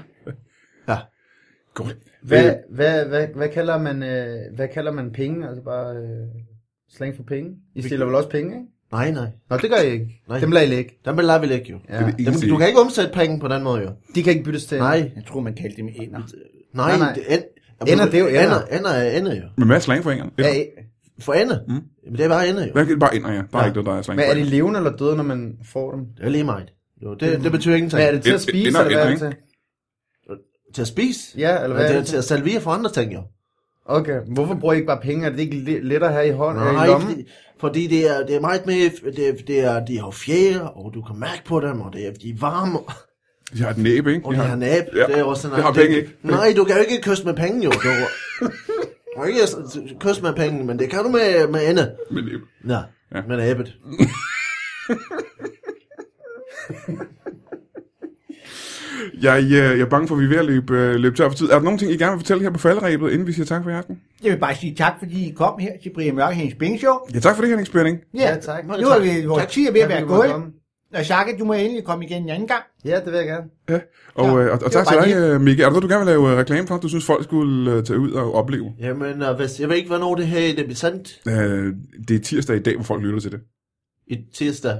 S4: Ja.
S1: <laughs> Godt.
S2: Hvad,
S1: Øh,
S2: hvad, hvad, hvad, kalder man, øh, hvad kalder man penge? Altså bare øh, slang for penge? I stiller vel også penge, ikke?
S4: Nej, nej.
S2: Nå, det gør I ikke.
S4: Nej.
S2: Dem lader I ikke.
S4: Dem lader vi ligge jo.
S2: Ja.
S1: det er det
S4: Dem,
S1: eneste,
S4: du
S1: I-
S4: kan ikke omsætte penge på den måde jo.
S2: De kan ikke byttes til.
S4: Nej,
S3: Jeg tror, man kaldte dem ender.
S2: Nej,
S4: nej.
S2: nej.
S4: det er-
S2: Ender, det er jo ender.
S4: Ender, ender er ender jo.
S1: Men hvad er slang for engel?
S2: Ja,
S1: Ender.
S4: For ender?
S1: Mm.
S4: Men det er bare ender jo.
S1: Hvad er bare ender, ja. Der er
S4: Ja.
S1: ikke noget, der er slang
S2: men
S1: for
S2: er de
S1: engel.
S2: levende eller døde, når man får dem?
S4: Det er lige meget. Jo, det, det betyder ingenting.
S2: Mm. Hvad er det til at
S1: Ender-
S2: spise,
S1: ender-
S2: eller hvad er det
S1: ender,
S2: til?
S4: Til at spise?
S2: Ja, eller
S4: Eller
S2: hvad
S4: det
S2: er
S4: er til at salvere for andre ting jo.
S2: Okay, hvorfor bruger I ikke bare penge? Er det ikke le- lettere her i hånden?
S4: Nej,
S2: Nej, i lommen?
S4: fordi, fordi det, er, det er meget mere, det, det er, de har fjerde, og du kan mærke på dem, og det er, de er varme,
S1: De har et næbe, ikke?
S4: og de har næb.
S1: Ja.
S4: Det er også sådan
S1: Det har
S4: noget.
S1: penge ikke.
S4: Nej, du kan jo ikke kysse med penge, jo. Du, du kan ikke s- kysse med penge, men det kan du med, med ende.
S1: Med næbe.
S4: Ja,
S1: Ja.
S4: ja. med næbet.
S1: Jeg, øh, jeg er bange for, at vi er ved at løbe, øh, løbe tør for tid. Er der nogen ting, I gerne vil fortælle her på falderæbet, inden vi siger tak for i aften?
S3: Jeg vil bare sige tak, fordi I kom her til Brian Mørk Hendes Bing Show.
S1: Ja, tak for det, Henning Spænding.
S2: Ja, tak.
S3: Nu er vi, vores
S4: Tak.
S3: tid er ved at
S2: Tak,
S3: være
S2: fordi du måtte
S3: gået.
S2: komme.
S3: Og Sjakke, du må endelig komme igen en anden gang.
S2: Ja, det vil jeg gerne.
S1: Ja. Og,
S3: Ja,
S1: ja, og, og,
S3: det
S1: tak
S3: var
S1: til
S3: bare
S1: dig, øh, Mikke. Er der noget, du gerne vil lave øh, reklame for, du synes, folk skulle øh, tage ud og opleve?
S4: Jamen, og hvis, jeg ved ikke, hvornår det her det bliver sendt
S1: Øh, det er tirsdag i dag, hvor folk lytter til det.
S4: i tirsdag.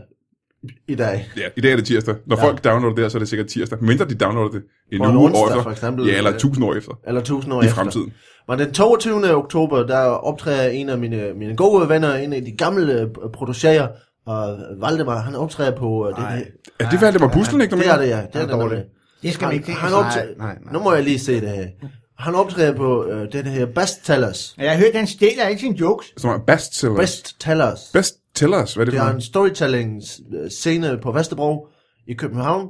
S4: i dag.
S1: Ja, i dag er det tirsdag. Når ja. folk downloader det her, så er det sikkert tirsdag. Mindre de downloader det en
S4: På
S1: uge
S4: en onsdag,
S1: efter.
S4: for eksempel.
S1: ja, eller tusind år efter.
S4: Eller tusind år
S1: I
S4: efter.
S1: fremtiden.
S4: Men den 22. oktober, der optræder en af mine, mine gode venner, en af de gamle øh, producerer, og Valdemar, han optræder på... øh, Det,
S2: Nej,
S4: det,
S1: Er det Valdemar Buslen, ikke? du
S4: det
S1: mener?
S4: er det, ja. Det er,
S2: er
S4: det,
S2: dårlig.
S4: nemlig.
S5: Det skal vi ikke.
S4: Han
S5: Nej,
S4: optræder...
S2: nej, nej.
S4: Nu må jeg lige se det her. Han optræder på øh, den her Best Tellers.
S3: Og Jeg har hørt, han stjæler alle sine jokes.
S1: Som er bestsellers. Best.
S4: Best Tellers.
S1: Bestsellers, hvad er det
S4: Det
S1: for
S4: er
S1: noget?
S4: en storytelling øh, scene på Vesterbro i København,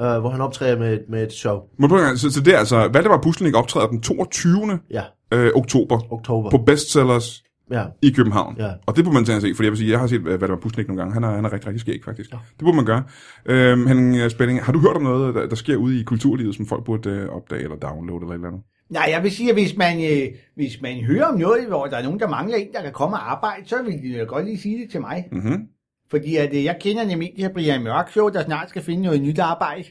S4: øh, hvor han optræder med, et- med et show.
S1: Må du engang- Så, så det er altså, Valdemar Buslen optræder den 22.
S4: Ja,
S1: Øh, oktober
S4: oktober.
S1: på bestsellers
S4: Ja.
S1: i København.
S4: Ja.
S1: Og det burde man tage og se, fordi jeg vil sige, jeg har set, øh, hvad der var Pusnik nogle gange. Han er, han er rigtig, rigtig skæg, faktisk. Ja. Det burde man gøre. Øhm, Henning Spænding, har du hørt om noget, der, der sker ude i kulturlivet, som folk burde øh, opdage eller downloade eller et eller andet?
S3: Nej, jeg vil sige, at hvis man, øh, hvis man hører om noget, hvor der er nogen, der mangler en, der kan komme og arbejde, så vil de øh, godt lige sige det til mig.
S1: Mm-hmm.
S3: Fordi at, øh, jeg kender nemlig en, der Brian Mørk Show, der snart skal finde noget nyt arbejde.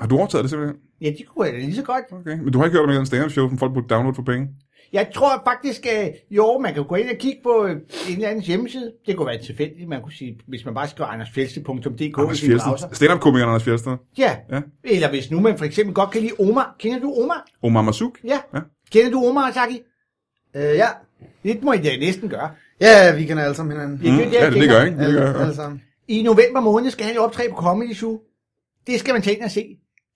S1: Har du overtaget det simpelthen?
S3: Ja, det kunne jeg da lige så godt.
S1: Okay. Men du har ikke hørt om en stand-up show, som folk burde downloade for penge?
S3: Jeg tror faktisk, at jo, man kan gå ind og kigge på øh, en eller anden hjemmeside. Det kunne være tilfældigt, man kunne sige, hvis man bare skriver andersfjeldsted.dk i
S1: Anders
S3: sin
S1: Fjeldsted.
S3: browser.
S1: Stand-up-komikeren Anders Fjeldsted.
S3: Ja.
S1: Ja.
S3: ja, eller hvis nu man for eksempel godt kan lide Omar. Kender du Omar?
S1: Omar Masuk.
S3: Ja.
S1: Ja.
S3: ja. Kender du Omar, Saki?
S2: Øh, ja.
S3: Det må I da næsten gøre.
S2: Mm, Ja, vi kender alle sammen hinanden.
S1: Mm.
S3: det, jeg
S1: Ja, det
S3: tænker.
S1: ligger ikke. Det
S2: Alle,
S1: ligger, ja.
S2: alle sammen.
S3: I november måned skal han jo optræde på Comedy Zoo. Det skal man tage ind og se.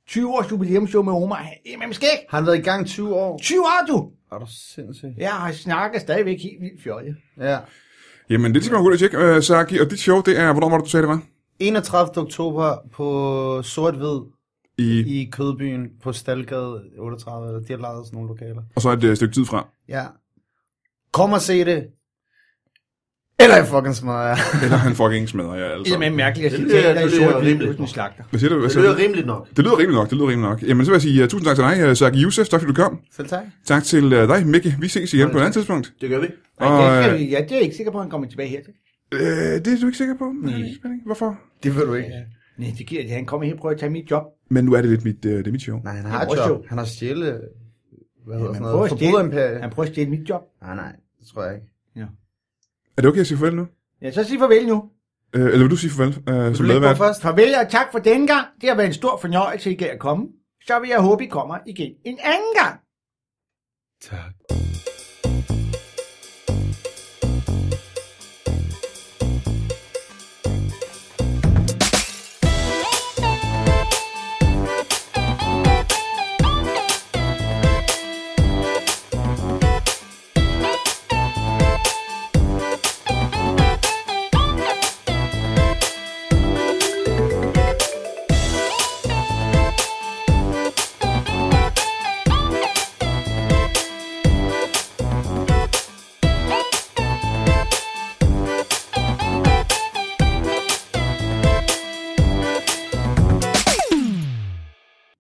S3: 20 års jubilæumsshow med Omar. Jamen skæg!
S2: Har han været i gang 20 år?
S3: 20 år, du!
S2: Er du sindssyg?
S3: Jeg har snakket stadigvæk helt vildt fjollet.
S2: Ja.
S1: Jamen, det skal man gå ud og tjekke, øh, Saki. Og dit show, det er, hvornår var det, du sagde det var?
S2: 31. oktober på Sort-Hvid
S1: I,
S2: i Kødbyen på Stalgade 38, eller de har lejet sådan nogle lokaler.
S1: og så et øh, stykke tid fra.
S2: Ja. Kom og se det. Eller jeg fucking smadrer jer.
S1: Eller han fucking smadrer jer alle
S3: Det er med
S1: sammen.
S3: mærkeligt at
S4: Det
S3: sige,
S4: lyder-
S3: at der i
S4: det lyder
S3: sort hvid
S4: rimeligt.
S3: uden slagter.
S1: Hvad siger du? Hvad
S4: Det
S1: siger du?
S4: lyder rimeligt nok.
S1: Det lyder rimeligt nok, det lyder rimeligt nok. Jamen, så vil jeg sige uh, tusind tak til dig, uh, Saki Youssef. Tak fordi du kom.
S2: Selv tak.
S1: Tak til uh, dig, Mikke. Vi ses igen på et andet tidspunkt.
S4: Det gør vi.
S3: Nej,
S1: Og,
S3: det,
S1: øh,
S3: skal, ja, det er jeg ikke sikker på, at han kommer tilbage her til.
S1: øh, det er du ikke sikker på? Nej. Hvorfor?
S2: Det vil du ikke.
S3: Nej, det giver det. Han kommer her og prøver at tage mit job.
S1: Men nu er det lidt mit, øh, det er mit show.
S2: Nej, han
S3: Det
S2: har
S3: er vores
S2: et job.
S3: job.
S2: Han har stjæle... Hvad hedder sådan
S3: Han prøver,
S2: noget?
S3: at stjæle,
S2: Forbrugerimperie.
S3: han prøver at stjæle mit job.
S2: Nej, nej. Det tror jeg ikke.
S1: Er det okay at sige farvel nu?
S3: Ja, så sig farvel nu.
S1: Øh, eller vil du sige farvel øh,
S2: Vil du
S1: som
S2: lægge på
S1: medvært?
S2: først?
S3: Farvel og tak for denne gang. Det har været en stor fornøjelse, I gad at komme. Så vil jeg håbe, I kommer igen en anden gang.
S2: Tak.